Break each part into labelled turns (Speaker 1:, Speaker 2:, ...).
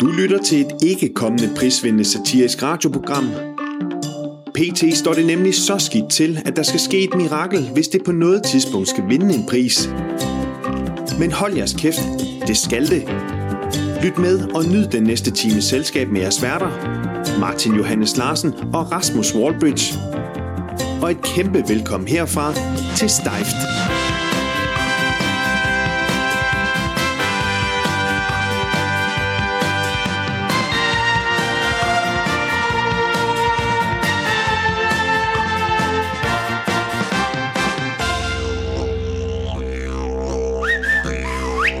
Speaker 1: Du lytter til et ikke kommende prisvindende satirisk radioprogram. PT står det nemlig så skidt til, at der skal ske et mirakel, hvis det på noget tidspunkt skal vinde en pris. Men hold jeres kæft, det skal det. Lyt med og nyd den næste times selskab med jeres værter, Martin Johannes Larsen og Rasmus Wallbridge. Og et kæmpe velkommen herfra til Steift.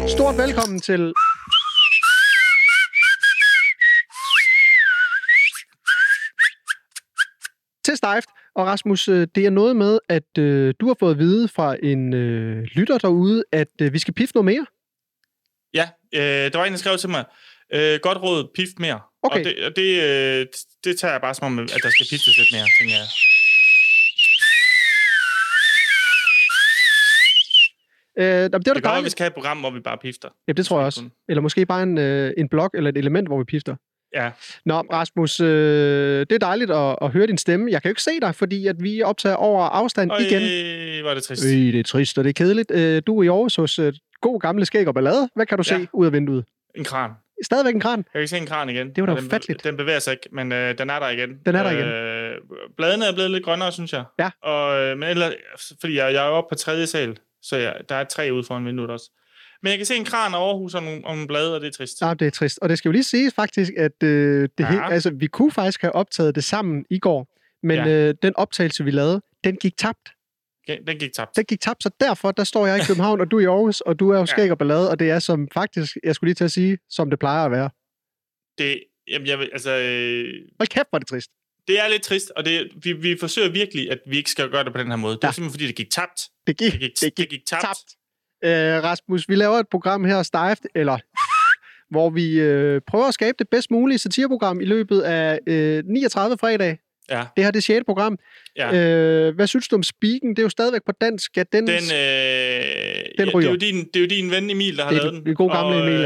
Speaker 2: Stort velkommen til... Til Steift. Og Rasmus, øh, det er noget med, at øh, du har fået at vide fra en øh, lytter derude, at øh, vi skal piffe noget mere.
Speaker 3: Ja, øh, der var en, der skrev til mig, øh, godt råd, pif mere.
Speaker 2: Okay.
Speaker 3: Og, det, og det, øh, det tager jeg bare som om, at der skal piftes lidt mere, tænker jeg.
Speaker 2: Øh, jamen, det var da
Speaker 3: Det kan godt, at vi
Speaker 2: dejligt.
Speaker 3: skal have et program, hvor vi bare pifter.
Speaker 2: Ja, det tror jeg også. Eller måske bare en, øh, en blok eller et element, hvor vi pifter.
Speaker 3: Ja.
Speaker 2: Nå, Rasmus, øh, det er dejligt at, at høre din stemme. Jeg kan jo ikke se dig, fordi at vi optager over afstand
Speaker 3: Og
Speaker 2: igen.
Speaker 3: øh, var det trist.
Speaker 2: Øh, det er trist, og det er kedeligt. Øh, du er i Aarhus hos øh, god gamle skæg og ballade. Hvad kan du
Speaker 3: Ja.
Speaker 2: se ud af vinduet?
Speaker 3: En kran.
Speaker 2: Stadigvæk en kran.
Speaker 3: Jeg kan ikke se en kran igen.
Speaker 2: Det var da
Speaker 3: Og den,
Speaker 2: ufatteligt.
Speaker 3: Den bevæger sig ikke, men øh, den er der igen.
Speaker 2: Den er der igen.
Speaker 3: Øh, bladene er blevet lidt grønnere, synes jeg.
Speaker 2: Ja.
Speaker 3: Og, øh, men ellers, fordi jeg, jeg er oppe på tredje sal, så jeg, der er et træ ude foran vinduet også. Men jeg kan se en kran og Aarhus og nogle, og nogle blade, og det er trist.
Speaker 2: Ja, Ah, det er trist. Og det skal jo lige siges faktisk, at øh, det ja.
Speaker 3: Ja.
Speaker 2: he- altså, vi kunne faktisk have optaget det sammen i går, men ja.
Speaker 3: Ja.
Speaker 2: øh, den optagelse, vi lavede, den gik tabt.
Speaker 3: Okay, Den gik tabt.
Speaker 2: Den gik tabt, så derfor, der står jeg i København, og du er i Aarhus, og du er jo skæg og ballade, og det er som faktisk, jeg skulle lige til at sige, som det plejer at være.
Speaker 3: Det, jamen, jeg, vil- altså, øh,
Speaker 2: Hold kæft, hvor er det trist.
Speaker 3: Det er lidt trist, og det, vi, vi forsøger virkelig, at vi ikke skal gøre det på den her måde. Det
Speaker 2: Ja.
Speaker 3: er simpelthen, fordi det gik tabt.
Speaker 2: Det gik,
Speaker 3: Det gik,
Speaker 2: det gik
Speaker 3: tabt.
Speaker 2: tabt. Øh, Rasmus, vi laver et program her, Steift, eller hvor vi øh, prøver at skabe det bedst mulige satireprogram i løbet af øh, 39 fredag.
Speaker 3: Ja.
Speaker 2: Det her det er 6. program.
Speaker 3: Ja.
Speaker 2: Øh, hvad synes du om Speaken? Det er jo stadigvæk på dansk. Ja, den,
Speaker 3: Den, øh,
Speaker 2: Mm. Den
Speaker 3: ja, det,
Speaker 2: ryger.
Speaker 3: er jo din, det er jo din ven Emil, der har
Speaker 2: Det er
Speaker 3: lavet
Speaker 2: den-
Speaker 3: den.
Speaker 2: den gode gamle
Speaker 3: og,
Speaker 2: Emil,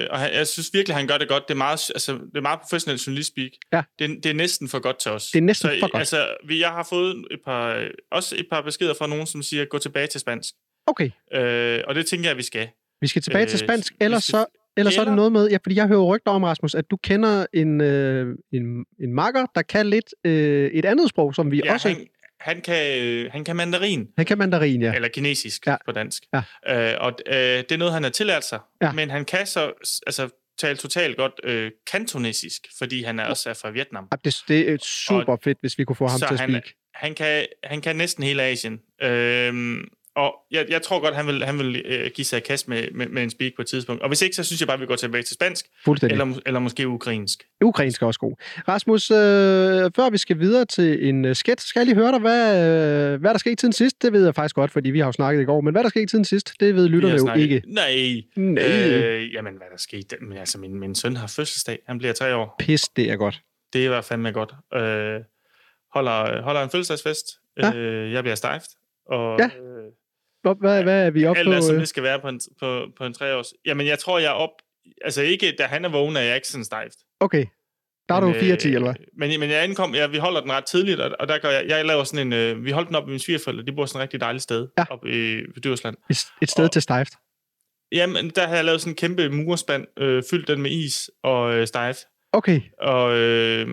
Speaker 3: øh, og han, jeg synes virkelig, han gør det godt. Det er meget, altså, det er meget professionelt journalist-speak.
Speaker 2: Ja.
Speaker 3: Det, er- det er næsten for godt til os.
Speaker 2: Det er næsten
Speaker 3: Så,
Speaker 2: for godt.
Speaker 3: Altså, vi, jeg har fået et par, øh, også et par beskeder fra nogen, som siger, gå tilbage til spansk.
Speaker 2: Okay,
Speaker 3: Øh, og det tænker jeg, vi skal.
Speaker 2: vi skal tilbage øh, til
Speaker 3: Øh,
Speaker 2: spansk,
Speaker 3: vi
Speaker 2: eller
Speaker 3: skal-
Speaker 2: så, eller så er det
Speaker 3: eller-
Speaker 2: noget med, ja, fordi jeg hører rygter om, Rasmus, at du kender en, øh, en, en makker, der kan lidt øh, et andet sprog, som vi ja,
Speaker 3: Ja,
Speaker 2: også... Han,
Speaker 3: han, han, kan, øh, han kan mandarin.
Speaker 2: han kan mandarin, ja.
Speaker 3: ja. eller kinesisk
Speaker 2: Ja.
Speaker 3: ja. på dansk.
Speaker 2: Ja.
Speaker 3: Øh, og øh, det er noget, han har tillært sig.
Speaker 2: Ja.
Speaker 3: Ja. Men han kan så s- altså, tale totalt godt øh, kantonesisk, fordi han er også er fra Vietnam.
Speaker 2: Ja, Ah, Det, det er super fedt, hvis vi kunne få ham
Speaker 3: så
Speaker 2: til at
Speaker 3: han-
Speaker 2: speak.
Speaker 3: Han kan, han kan næsten hele Asien. Øhm, og jeg, jeg tror godt, han vil, han vil øh, give sig i kast med, med, med en speak på et tidspunkt. Og hvis ikke, så synes jeg bare, vi går tilbage til spansk,
Speaker 2: Fuldstændig.
Speaker 3: eller, mås- eller måske ukrainsk.
Speaker 2: Ukrainsk er også god. Rasmus, øh, før vi skal videre til en øh, sketch, skal jeg lige høre dig, hvad, øh, hvad der skete siden sidst? Det ved jeg faktisk godt, fordi vi har jo snakket i går, men hvad der skete siden sidst, det ved
Speaker 3: Vi
Speaker 2: lytterne
Speaker 3: har
Speaker 2: jo
Speaker 3: snakket-
Speaker 2: ikke.
Speaker 3: Nej.
Speaker 2: Nej, øh.
Speaker 3: Øh, jamen, hvad der skete? Men, altså, min, min søn har fødselsdag. Han bliver tre år.
Speaker 2: pis, det er godt.
Speaker 3: Det var fandme godt. Øh, holder, holder en fødselsdagsfest.
Speaker 2: Ja.
Speaker 3: Ja. Øh, jeg bliver stejft. Og
Speaker 2: Ja,
Speaker 3: ja, øh,
Speaker 2: Hvor- Hvad, hvad er vi oppe
Speaker 3: alt er,
Speaker 2: på?
Speaker 3: som
Speaker 2: øh?
Speaker 3: det skal være på en, på, på en treårs. Jamen, jeg tror, jeg er op... Altså ikke, da han er vågen, er jeg ikke sådan stejft.
Speaker 2: Okay, der er du
Speaker 3: Men, øh,
Speaker 2: 4 10 eller hvad?
Speaker 3: Men, men jeg ankom, ja, vi holder den ret tidligt, og, og der gør jeg, jeg laver sådan en, øh, vi holdt den op med mine svigerforældre, de bor sådan et rigtig dejligt sted,
Speaker 2: Ja.
Speaker 3: ja. oppe i, på Djursland.
Speaker 2: Et- Et sted
Speaker 3: og-
Speaker 2: til stejft.
Speaker 3: Jamen, der havde jeg lavet sådan en kæmpe murspand, øh, fyldt den med is og øh, stejf,
Speaker 2: Okay,
Speaker 3: og, øh,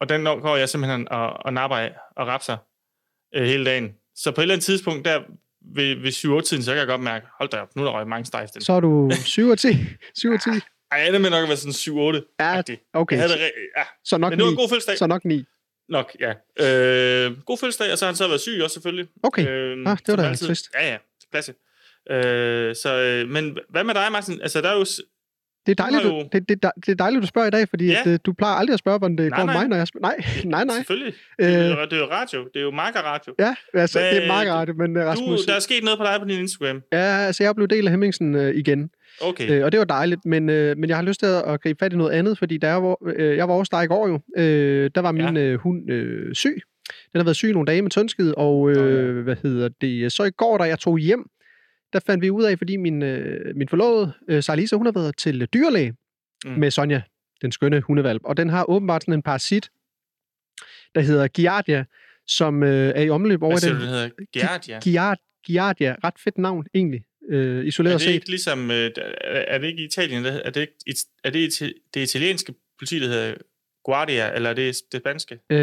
Speaker 3: og den når- går jeg simpelthen og, og napper af og rapser øh, hele dagen. Så på et eller andet tidspunkt, der ved, ved 7-8-tiden, så kan jeg godt mærke, hold da op, nu er der røget mange stejf. den.
Speaker 2: så er du 7 og 10. 7 og 10.
Speaker 3: Ej, jeg ender med nok at være sådan 7-8.
Speaker 2: Ja, okay.
Speaker 3: Jeg havde det, re- ja.
Speaker 2: Så nok
Speaker 3: Men det var en
Speaker 2: 9.
Speaker 3: god fødselsdag.
Speaker 2: Så nok 9.
Speaker 3: Nok, ja. Øh, god fødselsdag, og så har han så været syg også selvfølgelig.
Speaker 2: Okay,
Speaker 3: Øh,
Speaker 2: Ah, det var da
Speaker 3: altid.
Speaker 2: trist.
Speaker 3: Ja, ja. Klasse. Øh, så, øh, men hvad med dig, Martin? Altså, der er jo... s-
Speaker 2: det er dejligt,
Speaker 3: har
Speaker 2: du,
Speaker 3: jo-
Speaker 2: det, det, det er dejligt, du spørger i dag, fordi
Speaker 3: Ja.
Speaker 2: at, øh, du plejer aldrig at spørge, hvordan det
Speaker 3: Nej,
Speaker 2: går med
Speaker 3: nej.
Speaker 2: mig, når jeg spørger. Nej, nej, nej.
Speaker 3: Selvfølgelig. Det er
Speaker 2: Øh,
Speaker 3: jo- det er jo radio. Det er jo markerradio.
Speaker 2: ja, altså,
Speaker 3: Hvad-
Speaker 2: det er meget rart, men øh, Rasmus...
Speaker 3: Du, der er sket noget på dig på din Instagram.
Speaker 2: Ja, altså jeg blev del af Hemmingsen øh, igen,
Speaker 3: Okay.
Speaker 2: øh, og det var dejligt, men, øh, men jeg har lyst til at at gribe fat i noget andet, fordi der hvor, øh, jeg var også der i går jo, øh, der var min øh, hund øh, syg. Den har været syg nogle dage med tønskid, og øh, hvad hedder det, så i går, da jeg tog hjem, der fandt vi ud af, fordi min, øh, min forlovede, øh, Sarah Lisa, hun har været til dyrlæge mm.
Speaker 3: Mm.
Speaker 2: med Sonja, den skønne hundevalp. Og den har åbenbart sådan en parasit, der hedder Giardia, som øh, er i omløb over
Speaker 3: Hvad siger
Speaker 2: den.
Speaker 3: du, den hedder? Giardia?
Speaker 2: Giard, Giardia, ret fedt navn egentlig, øh, isoleret
Speaker 3: Er det
Speaker 2: set.
Speaker 3: ikke ligesom, øh, er er det ikke i Italien, der- er det ikke, it- er det, iti- det italienske politi, der hedder Guardia, eller er det det spanske?
Speaker 2: Øh,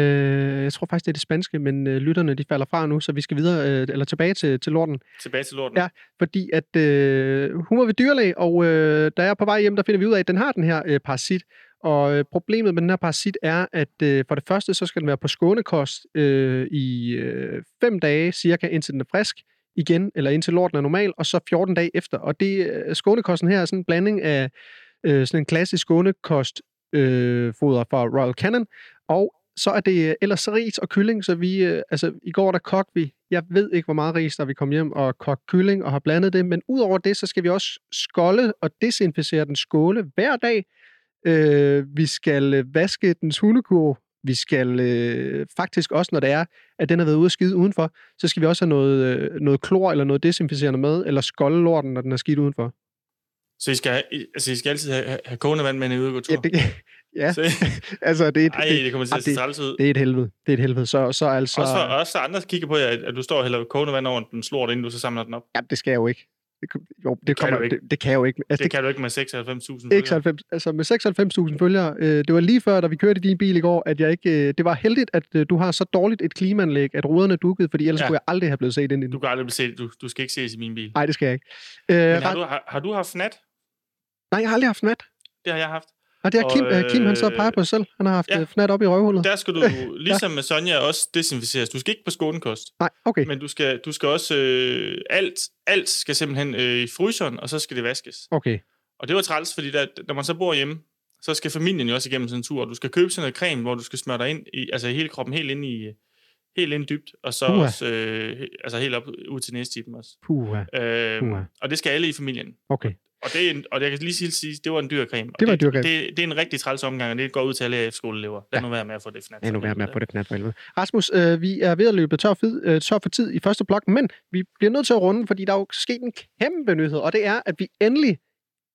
Speaker 2: jeg tror faktisk, det er det spanske, men øh, lytterne de falder fra nu, så vi skal videre øh, eller tilbage til, til lorten.
Speaker 3: Tilbage til lorten.
Speaker 2: Ja. Fordi at øh, hun var ved dyrlæge, og øh, da jeg er på vej hjem, der finder vi ud af, at den har den her øh, parasit. Og øh, problemet med den her parasit er, at øh, for det første, så skal den være på skånekost øh, i øh, fem dage cirka, indtil den er frisk igen, eller indtil lorten er normal, og så 14 dage efter. Og det øh, skånekosten her er sådan en blanding af øh, sådan en klassisk skånekost øh, foder fra Royal Canin, og så er det øh, ellers ris og kylling, så vi, øh, altså i går der kogte vi, jeg ved ikke hvor meget ris, der vi kom hjem og kogte kylling og har blandet det, men udover det, så skal vi også skolde og desinficere den skåle hver dag. Øh, vi skal øh, vaske dens hundekurv, vi skal øh, faktisk også, når det er, at den har været ude at skide udenfor, så skal vi også have noget, øh, noget klor eller noget desinficerende med, eller skolde lorten, når den er skidt udenfor.
Speaker 3: Så I skal, have- I- altså, I skal altid have, have- have kogende vand med en udgåtur?
Speaker 2: Ja, det, ja
Speaker 3: Så,
Speaker 2: altså det er, et,
Speaker 3: ej,
Speaker 2: det,
Speaker 3: det kommer til
Speaker 2: Ej,
Speaker 3: at se træls ud.
Speaker 2: det er et helvede. Det er et helvede. Så, så altså...
Speaker 3: Så... Også for os andre der kigger på jer, at at du står og hælder kogende vand over den slort, inden du så samler den op.
Speaker 2: Ja, det skal jeg jo ikke. Det, kan- jo, det, det,
Speaker 3: kan
Speaker 2: kommer,
Speaker 3: du
Speaker 2: kan
Speaker 3: ikke.
Speaker 2: det, det kan jeg jo ikke. Altså,
Speaker 3: Det,
Speaker 2: det,
Speaker 3: kan du ikke med 96.000.
Speaker 2: det kan 96, altså med 96.000 følgere, øh, det var lige før, da vi kørte i din bil i går, at jeg ikke... Øh, det var heldigt, at øh, du har så dårligt et klimaanlæg, at ruderne dukkede, fordi ellers
Speaker 3: Ja.
Speaker 2: ja. kunne jeg aldrig have blevet set ind i den.
Speaker 3: Du kan aldrig blive set. Du, du skal ikke ses i min bil.
Speaker 2: Nej, det skal jeg ikke. Øh,
Speaker 3: Men har
Speaker 2: ret,
Speaker 3: du, har, har du haft nat?
Speaker 2: Nej, jeg har aldrig haft fnat.
Speaker 3: Det har jeg haft.
Speaker 2: Og det har
Speaker 3: Og,
Speaker 2: Kim, øh, Kim han så og peger på sig selv. Han har haft
Speaker 3: ja.
Speaker 2: ja. fnat op i røvhullet.
Speaker 3: Der skal du, ligesom med Sonja, også desinficeres. Du skal ikke på skånekost.
Speaker 2: Nej, okay.
Speaker 3: Men du skal, du skal også... Øh, alt, alt skal simpelthen øh, i fryseren, og så skal det vaskes.
Speaker 2: Okay.
Speaker 3: Og det var træls, fordi der, når man så bor hjemme, så skal familien jo også igennem sådan en tur, og du skal købe sådan noget creme, hvor du skal smøre dig ind i, altså i hele kroppen, helt ind i, helt ind dybt, og så
Speaker 2: Uha.
Speaker 3: også, øh, he- altså helt op ud til næstippen også.
Speaker 2: Puha.
Speaker 3: Øh,
Speaker 2: Puha.
Speaker 3: og det skal alle i familien.
Speaker 2: Okay.
Speaker 3: Og, det er en, og jeg kan lige sige- sige, det var en dyr creme. Og
Speaker 2: Det var en dyr creme.
Speaker 3: Det, det, er en rigtig træls omgang, og det går ud til alle AF-skoleelever. Lad ja. nu være med at få Altså, det fnat.
Speaker 2: Lad nu være med at få det fnat for helvede. Rasmus, øh, vi er ved at løbe tør, fid, øh, tør for tid i første blok, men vi bliver nødt til at runde, fordi der er jo sket en kæmpe nyhed, og det er, at vi endelig,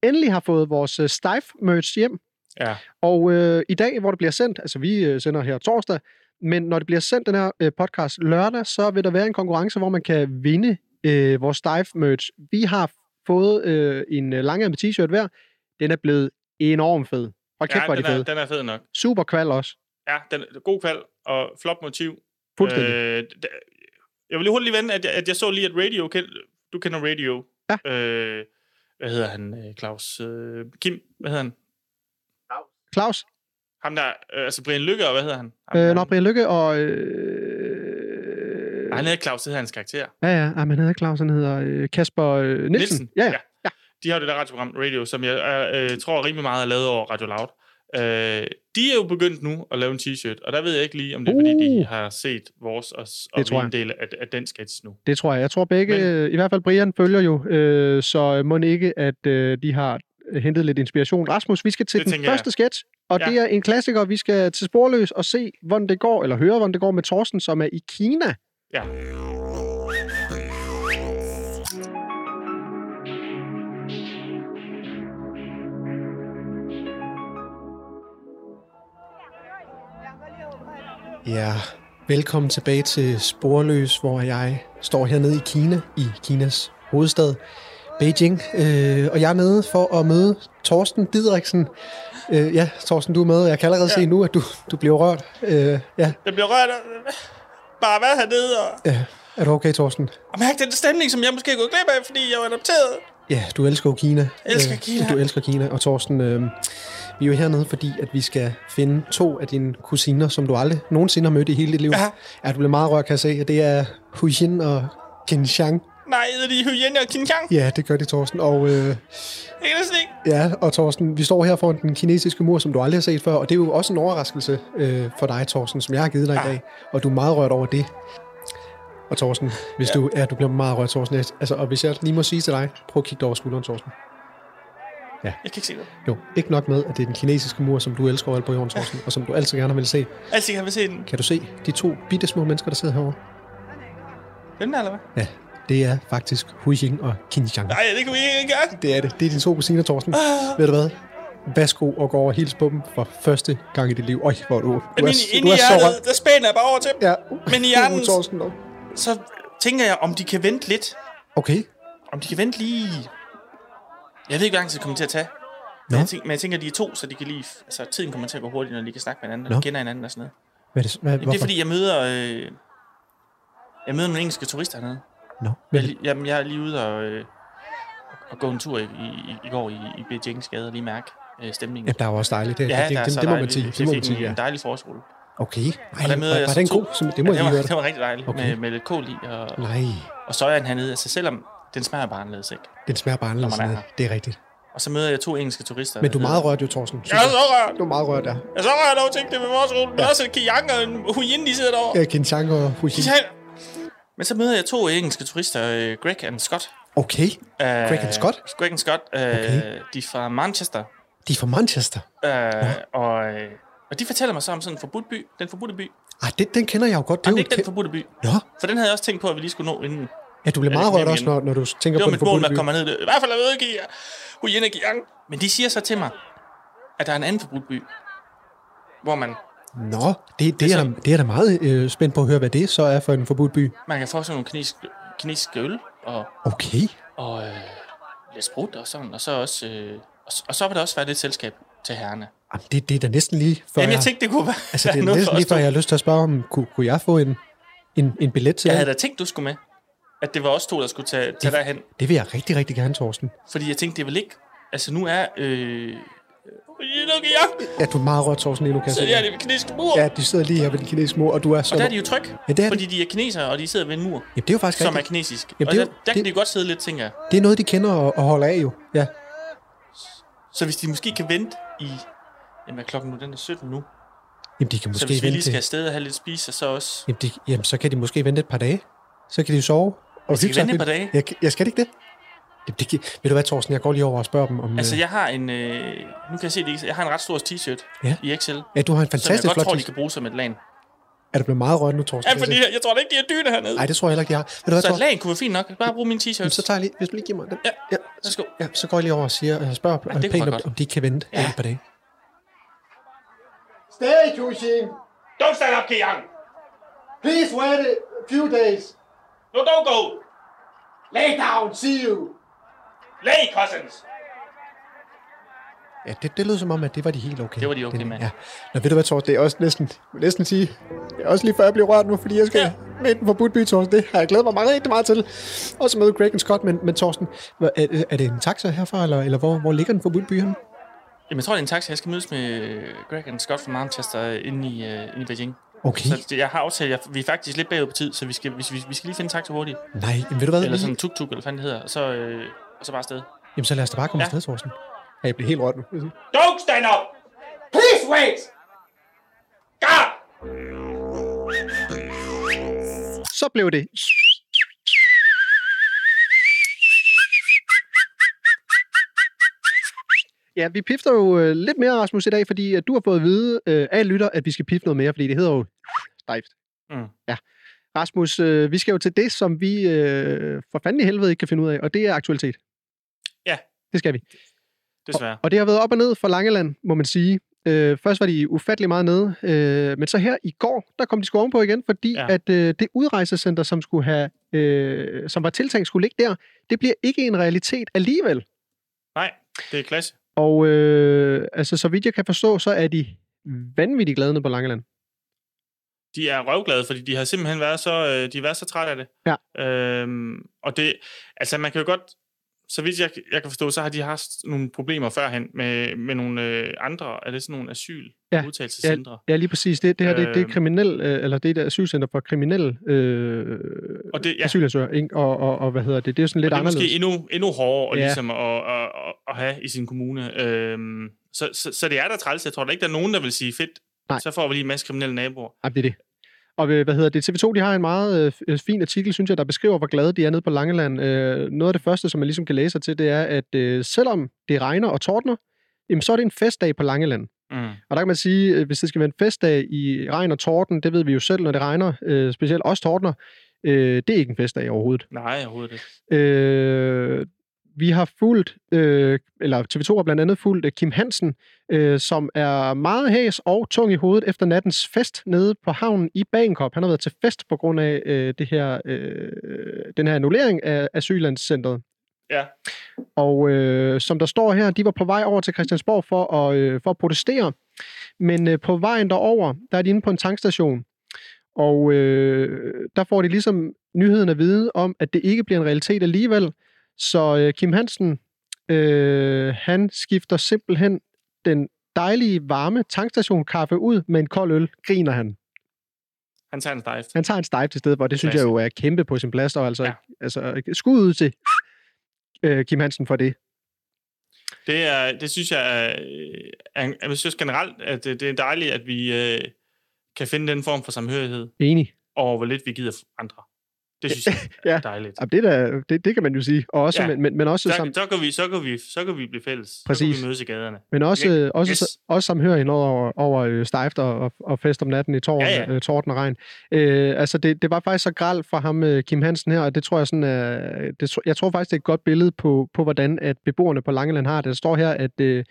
Speaker 2: endelig har fået vores øh, Stife merch hjem.
Speaker 3: Ja.
Speaker 2: Og øh, i dag, hvor det bliver sendt, altså vi øh, sender her torsdag, men når det bliver sendt den her øh, podcast lørdag, så vil der være en konkurrence, hvor man kan vinde øh, vores Stife merch. Vi har fået øh, en øh, langarmet t-shirt hver. Den er blevet enormt fed. Hold kæft, ja, hvor er de
Speaker 3: Ja, den er,
Speaker 2: fede.
Speaker 3: den er fed nok.
Speaker 2: Super kval også.
Speaker 3: Ja, den er god kval og flot motiv.
Speaker 2: Fuldstændig.
Speaker 3: Øh, d- jeg vil lige hurtigt lige vende, at jeg, at jeg så lige, at Radio... Kend, du kender Radio.
Speaker 2: Ja.
Speaker 3: Øh, hvad hedder han? øh, Claus... Øh, Kim, hvad hedder han?
Speaker 2: Claus,
Speaker 3: Ham der... Øh, altså Brian Lykke, og hvad hedder han? Ham,
Speaker 2: Øh,
Speaker 3: han,
Speaker 2: Nå, Brian Lykke og... Øh,
Speaker 3: Nej, han hedder Claus, det hedder hans karakter.
Speaker 2: ja, ja, ja, men han hedder Claus, han hedder øh, Kasper øh, Nielsen. Nielsen. Ja, ja.
Speaker 3: De har jo det der radioprogram Radio, som jeg øh, øh, tror rimelig meget er lavet over Radio Loud. Øh, de er jo begyndt nu at lave en t-shirt, og der ved jeg ikke lige, om det er, fordi de
Speaker 2: Uh.
Speaker 3: har set vores og, og
Speaker 2: tror
Speaker 3: vi er en
Speaker 2: jeg.
Speaker 3: del af, af den sketch nu.
Speaker 2: det tror jeg. Jeg tror begge,
Speaker 3: Men-
Speaker 2: men... i hvert fald Brian følger jo, øh, så må det ikke, at øh, de har hentet lidt inspiration. Rasmus, vi skal til
Speaker 3: Det
Speaker 2: det den
Speaker 3: tænker jeg.
Speaker 2: første sketch, og
Speaker 3: Ja.
Speaker 2: ja. det er en klassiker. Vi skal til Sporløs og se, hvordan det går, eller høre, hvordan det går med Thorsten, som er i Kina.
Speaker 3: Ja.
Speaker 2: Ja, velkommen tilbage til Sporløs, hvor jeg står hernede i Kina, i Kinas hovedstad, Beijing. Øh, og jeg er med for at møde Torsten Didriksen. Øh, ja, Torsten, du er med, og jeg kan allerede ja. se nu, at du, du bliver rørt. Øh, ja, øh,
Speaker 3: Jeg bliver rørt af, bare at være hernede, og,
Speaker 2: er du okay, Torsten?
Speaker 3: og mærke den stemning, som jeg måske er gået glip af, fordi jeg var adopteret.
Speaker 2: Ja, du elsker jo Kina.
Speaker 3: Elsker
Speaker 2: Øh,
Speaker 3: Kina.
Speaker 2: Du elsker Kina. Og Torsten, øh, vi er jo hernede, fordi at vi skal finde to af dine kusiner, som du aldrig nogensinde har mødt i hele dit liv.
Speaker 3: Ja.
Speaker 2: ja du bliver meget rørt, kan jeg se. og Det er Hu Jin og Qin Shang.
Speaker 3: Nej, hedder de Hyena og Kinchang?
Speaker 2: Ja, det gør det, Torsten. Og, øh,
Speaker 3: Jeg kan næsten ikke.
Speaker 2: ja, og Torsten, vi står her foran den kinesiske mur, som du aldrig har set før, og det er jo også en overraskelse øh, for dig, Torsten, som jeg har givet dig i dag, og du er meget rørt over det. Og Torsten, hvis ja. du, ja, du bliver meget rørt, Torsten. Altså, og hvis jeg lige må sige til dig, prøv at kigge dig over skulderen, Torsten.
Speaker 3: Jeg kan ikke se det.
Speaker 2: Jo, ikke nok med, at det er den kinesiske mur, som du elsker alt på jorden, Torsten, og som du altid gerne vil se.
Speaker 3: Altså, jeg vil se den.
Speaker 2: Kan du se de to bitte små mennesker, der sidder herovre?
Speaker 3: Den der, eller hvad?
Speaker 2: Ja, det er faktisk Hu Jing og Qin Shang.
Speaker 3: Nej, det kan vi ikke gøre. Ah.
Speaker 2: Det er det. Det er dine to kusiner, Torsten. Ved du hvad? værsgo og gå over og hilse på dem for første gang i dit liv. Øj, hvor er du, du, er,
Speaker 3: Men
Speaker 2: s-
Speaker 3: ind, ind
Speaker 2: du
Speaker 3: i
Speaker 2: er så rød.
Speaker 3: hjertet, der spænder jeg bare over til dem.
Speaker 2: Ja,
Speaker 3: Men i
Speaker 2: uh,
Speaker 3: hjernen-
Speaker 2: Thorsten, dog.
Speaker 3: Så tænker jeg, om de kan vente lidt.
Speaker 2: Okay,
Speaker 3: Om de kan vente lige... Jeg ved ikke, hvor lang tid det kommer til at tage. Men
Speaker 2: Nå.
Speaker 3: jeg, tænker, men jeg tænker, de er to, så de kan lige... Altså, tiden kommer til at gå hurtigt, når de kan snakke med hinanden,
Speaker 2: Nå.
Speaker 3: og de kender hinanden og sådan noget.
Speaker 2: hvad er det, s- hvad,
Speaker 3: Jamen, det er
Speaker 2: hvorfor?
Speaker 3: fordi, jeg møder... Øh, jeg møder nogle engelske turister hernede.
Speaker 2: Nå,
Speaker 3: Jeg,
Speaker 2: men,
Speaker 3: er li- jamen, jeg er lige ude og, øh, og gå en tur i, i, i går i, i Beijing's gader, lige mærke øh, stemningen.
Speaker 2: jamen, der er jo også dejligt. Det, ja, det,
Speaker 3: der er
Speaker 2: det, det,
Speaker 3: så
Speaker 2: det, må man
Speaker 3: dejligt.
Speaker 2: sige.
Speaker 3: Jeg
Speaker 2: Det må man
Speaker 3: fik
Speaker 2: sige,
Speaker 3: en,
Speaker 2: ja.
Speaker 3: en dejlig forskole.
Speaker 2: Okay. Ej,
Speaker 3: Og der
Speaker 2: var,
Speaker 3: møder jeg
Speaker 2: var
Speaker 3: så
Speaker 2: den
Speaker 3: to-
Speaker 2: god? Som, det må jeg
Speaker 3: ja, det,
Speaker 2: lige
Speaker 3: var,
Speaker 2: høre.
Speaker 3: det var rigtig dejligt
Speaker 2: Okay.
Speaker 3: okay. med, med lidt kål i og,
Speaker 2: Nej,
Speaker 3: og sojaen hernede, altså selvom den smager bare anderledes, ikke?
Speaker 2: den smager bare anderledes.
Speaker 3: Når man er
Speaker 2: end det. Det er rigtigt.
Speaker 3: Og så møder jeg to engelske turister.
Speaker 2: Men du
Speaker 3: der
Speaker 2: er meget
Speaker 3: hedder-
Speaker 2: rørt jo, Thorsten. synes
Speaker 3: Jeg
Speaker 2: jeg.
Speaker 3: er så rørt.
Speaker 2: Du er meget rørt, ja.
Speaker 3: Jeg er så rørt over ting, det med vores skole. Men også en Kiyang og en Huyin, de sidder derovre.
Speaker 2: Jeg kan tanke Øh, og
Speaker 3: De
Speaker 2: Hushin.
Speaker 3: taler. Men så møder jeg to engelske turister, øh, Greg and Scott.
Speaker 2: Okay,
Speaker 3: Uh,
Speaker 2: Greg and Scott?
Speaker 3: Greg and Scott. Uh,
Speaker 2: Okay.
Speaker 3: okay. De er fra Manchester.
Speaker 2: de er fra Manchester.
Speaker 3: Øh, og, øh, og de fortæller mig så om sådan en forbudt by. Den forbudte by. Det
Speaker 2: Ah, det, den kender jeg jo godt. Det
Speaker 3: er
Speaker 2: er
Speaker 3: Jamen,
Speaker 2: jo
Speaker 3: ikke den
Speaker 2: et
Speaker 3: forbudte by.
Speaker 2: kæ- Nå,
Speaker 3: For den havde jeg også tænkt på, at vi lige skulle nå inden.
Speaker 2: ja, du bliver
Speaker 3: Ja,
Speaker 2: meget
Speaker 3: det er
Speaker 2: rørt også,
Speaker 3: nem
Speaker 2: når, når du tænker
Speaker 3: Det
Speaker 2: på den
Speaker 3: var mit mål,
Speaker 2: forbudte
Speaker 3: når
Speaker 2: by.
Speaker 3: jeg kommer ned. Det- I hvert fald er ved ikke Huyene Giang. Men de siger så til mig, at der er en anden forbudt by. Hvor man,
Speaker 2: Nå, det, det,
Speaker 3: Det
Speaker 2: er,
Speaker 3: er
Speaker 2: da- det er da meget øh, spændt på at høre, hvad det så er for en forbudt by.
Speaker 3: man kan få sådan nogle kinesiske, kinesiske øl. Og,
Speaker 2: Okay,
Speaker 3: og øh, lidt sprut og sådan. Og så, også, øh, og, s- og så vil der også være lidt selskab til herrerne.
Speaker 2: Jamen, det, det er da næsten lige før,
Speaker 3: Jamen, jeg
Speaker 2: jeg-
Speaker 3: tænkte, det kunne være
Speaker 2: altså, det er
Speaker 3: noget for
Speaker 2: næsten
Speaker 3: os
Speaker 2: lige før,
Speaker 3: to.
Speaker 2: jeg har lyst til at spørge om, kunne, kunne jeg få en, en, en billet til
Speaker 3: Jeg havde
Speaker 2: det?
Speaker 3: da tænkt, du skulle med. At det var os to, der skulle tage, tage derhen.
Speaker 2: Det vil jeg rigtig, rigtig gerne, Thorsten.
Speaker 3: Fordi jeg tænkte, det er vel ikke... Altså, nu er... Øh, Huyene Giang,
Speaker 2: Ja, du er meget rørt, Thorsten, lige nu, kan jeg
Speaker 3: så
Speaker 2: se.
Speaker 3: det er det kinesiske mur.
Speaker 2: Altså, Ja, du sidder lige her ved den kinesiske mur, og du er så...
Speaker 3: Og der er de jo tryg, ja,
Speaker 2: det er de.
Speaker 3: fordi de er kinesere, og de sidder ved en mur,
Speaker 2: Jamen, det er jo faktisk
Speaker 3: som er
Speaker 2: rigtigt.
Speaker 3: kinesisk.
Speaker 2: Jamen,
Speaker 3: Jamen, og
Speaker 2: det er
Speaker 3: der,
Speaker 2: jo-
Speaker 3: der kan
Speaker 2: det-
Speaker 3: de jo godt sidde lidt, tænker jeg.
Speaker 2: Det er noget, de kender og, og holder af jo. Ja,
Speaker 3: Så hvis de måske kan vente i... Jamen, hvad er klokken nu? Den er 17 nu.
Speaker 2: jamen, de kan
Speaker 3: Så
Speaker 2: måske
Speaker 3: hvis vi
Speaker 2: vente...
Speaker 3: lige skal afsted og have lidt spise, og så også...
Speaker 2: Jamen, de, jamen, så kan de måske vente et par dage. Så kan de sove. Og
Speaker 3: Skal vi
Speaker 2: hygge sig
Speaker 3: vente et
Speaker 2: lidt.
Speaker 3: par dage?
Speaker 2: Jeg, jeg skal ikke det. det, det gi- ved du hvad, Thorsten, jeg går lige over og spørger dem om...
Speaker 3: Altså,
Speaker 2: øh,
Speaker 3: jeg har en... Øh, nu kan jeg se, det ikke- jeg har en ret stor t-shirt
Speaker 2: Ja.
Speaker 3: ja. i XL,
Speaker 2: ja, du har en
Speaker 3: som jeg
Speaker 2: fantastisk
Speaker 3: godt
Speaker 2: flot
Speaker 3: tror, de
Speaker 2: liste.
Speaker 3: kan bruge som et lagen.
Speaker 2: Er du blevet meget rørt nu, Thorsten?
Speaker 3: Ja, fordi jeg tror da ikke, de er dyne hernede.
Speaker 2: Nej, det tror jeg heller ikke, de har. Ved du hvad,
Speaker 3: så et
Speaker 2: Thorsten?
Speaker 3: lagen kunne være fint nok. Bare bruge min t-shirt.
Speaker 2: Så tager jeg lige, hvis du lige giver mig den.
Speaker 3: Ja,
Speaker 2: ja.
Speaker 3: værsgo.
Speaker 2: Ja, så går jeg lige over og siger, og spørger ja,
Speaker 3: kunne
Speaker 2: pænt,
Speaker 3: være
Speaker 2: om,
Speaker 3: godt.
Speaker 2: om de kan vente ja. et par dage.
Speaker 4: Stay, Jushin.
Speaker 3: Don't stand up, Kiang!
Speaker 4: Please wait a few days.
Speaker 3: No, don't go!
Speaker 4: Lay down. See you.
Speaker 3: Lay, cousins!
Speaker 2: Ja, det, det lød som om, at det var de helt okay.
Speaker 3: Det var de okay
Speaker 2: Den-
Speaker 3: med.
Speaker 2: Ja. Nå, ved du hvad, Thorsten, det er også næsten, jeg vil næsten sige, det er også lige før jeg bliver rørt nu, fordi jeg skal ja.
Speaker 3: Ja.
Speaker 2: med den forbudt by, Thorsten. Det har jeg glædet mig meget, rigtig meget til. Og så møde Greg and Scott, men, men Thorsten, hva- er, er, det en taxa herfra, eller, eller hvor, hvor ligger den forbudt by henne?
Speaker 3: Jamen, jeg tror, det er en taxa. Jeg skal mødes med øh, Greg and Scott fra Manchester øh, inde i, uh, inde i Beijing.
Speaker 2: Okay,
Speaker 3: Så det- jeg har aftalt, at vi er faktisk lidt bagud på tid, så vi skal, vi, vi, vi skal lige finde en taxa hurtigt.
Speaker 2: nej, jamen, ved du hvad,
Speaker 3: Eller
Speaker 2: lige,
Speaker 3: sådan en tuk-tuk, eller hvad fanden det hedder. Og så, øh, og så bare afsted.
Speaker 2: jamen, så lad os da bare komme
Speaker 3: Ja.
Speaker 2: afsted, Thorsten. Ja, jeg bliver helt rørt nu.
Speaker 3: Don't stand up!
Speaker 4: Please wait.
Speaker 3: God!
Speaker 2: Så blev det. Ja, vi pifter jo øh, lidt mere, Rasmus, i dag, fordi at du har fået at vide øh, af lytter, at vi skal pifte noget mere, fordi det hedder jo stejft.
Speaker 3: Mm.
Speaker 2: Ja. Rasmus, øh, vi skal jo til det, som vi øh, for fanden i helvede ikke kan finde ud af, og det er aktualitet.
Speaker 3: Ja.
Speaker 2: Det skal vi.
Speaker 3: Desværre.
Speaker 2: Og det har været op og ned for Langeland, må man sige. Øh, først var de ufattelig meget nede, øh, men så her i går, der kom de sgu ovenpå igen, fordi ja.
Speaker 3: Ja.
Speaker 2: at øh, det udrejsecenter, som skulle have, øh, som var tiltænkt skulle ligge der, det bliver ikke en realitet alligevel.
Speaker 3: Nej, det er klasse.
Speaker 2: Og øh, altså, så vidt jeg kan forstå, så er de vanvittigt glade nede på Langeland.
Speaker 3: de er røvglade, fordi de har simpelthen været så, øh, de har været så trætte af det. Ja. Øhm, og det, altså man kan jo godt, så vidt jeg, jeg kan forstå, så har de haft nogle problemer førhen med, med nogle øh, andre, er det sådan nogle asyl
Speaker 2: Ja.
Speaker 3: ja. udtalelsescentre.
Speaker 2: Ja, lige præcis. Det, det her, det, det er
Speaker 3: Øh.
Speaker 2: kriminel, øh, eller det er et asylcenter for kriminelle øh,
Speaker 3: Og det, ja,
Speaker 2: ja. asylansøgere, ikke? Og, og, og hvad hedder det? Det er jo sådan lidt
Speaker 3: og det er
Speaker 2: anderledes.
Speaker 3: måske endnu, endnu hårdere og
Speaker 2: Ja.
Speaker 3: ligesom at, at, at, at have i sin kommune. Øhm, så, så, så det er der træls. Jeg tror der ikke, der er nogen, der vil sige, fedt,
Speaker 2: Nej.
Speaker 3: Nej. så får vi lige en masse kriminelle naboer.
Speaker 2: Jamen, det er det. Og øh, hvad hedder det? TV2 de har en meget øh, f- øh, fin artikel, synes jeg, der beskriver, hvor glade de er nede på Langeland. Øh, noget af det første, som man ligesom kan læse sig til, det er, at øh, selvom det regner og tordner, jamen, så er det en festdag på Langeland.
Speaker 3: Mm.
Speaker 2: Og der kan man sige, øh, hvis det skal være en festdag i regn og torden, det ved vi jo selv, når det regner, øh, specielt også tordner, øh, det er ikke en festdag overhovedet.
Speaker 3: Nej, overhovedet ikke.
Speaker 2: Øh, vi har fulgt, øh, eller TV2 har blandt andet fulgt øh, Kim Hansen, øh, som er meget hæs og tung i hovedet efter nattens fest nede på havnen i Bagenkop. Han har været til fest på grund af øh, det her, øh, den her annullering af asyllandscentret.
Speaker 3: Ja.
Speaker 2: Og øh, som der står her, de var på vej over til Christiansborg for at, øh, for at protestere. Men øh, på vejen derover, der er de inde på en tankstation. Og øh, der får de ligesom nyheden at vide om, at det ikke bliver en realitet alligevel. Så øh, Kim Hansen, øh, han skifter simpelthen den dejlige, varme tankstationkaffe ud med en kold øl, griner han.
Speaker 3: Han tager en stejft.
Speaker 2: Han tager en stejf til stedet, hvor det synes
Speaker 3: Klasse.
Speaker 2: jeg jo er kæmpe på sin plads. Og altså,
Speaker 3: Ja.
Speaker 2: ja. altså skud ud til øh, Kim Hansen for det.
Speaker 3: Det, er, det synes jeg, er, øh, er, en- jeg synes generelt, at det, det er dejligt, at vi øh, kan finde den form for samhørighed
Speaker 2: Enig.
Speaker 3: over, hvor lidt vi gider for andre. Det synes jeg
Speaker 2: Ja.
Speaker 3: er dejligt.
Speaker 2: Jamen, det, der, det, det kan man jo sige. Og også,
Speaker 3: Ja.
Speaker 2: ja. men, men, men også,
Speaker 3: Så,
Speaker 2: sam,
Speaker 3: så, kan vi, så, kan vi, så kan vi blive fælles. Så kan
Speaker 2: Præcis.
Speaker 3: vi mødes i gaderne.
Speaker 2: men også,
Speaker 3: Okay.
Speaker 2: øh, også,
Speaker 3: Yes.
Speaker 2: yes. også samhørighed over, over øh, stejft og, og, og fest om natten i tårn,
Speaker 3: Ja,
Speaker 2: ja,
Speaker 3: ja.
Speaker 2: ja. Øh, torden og regn. Øh, altså, det, det var faktisk så gralt fra ham, øh, Kim Hansen her, og det tror jeg sådan, øh, det, tro- jeg tror faktisk, det er et godt billede på, på hvordan at beboerne på Langeland har det. Der står her, at, øh,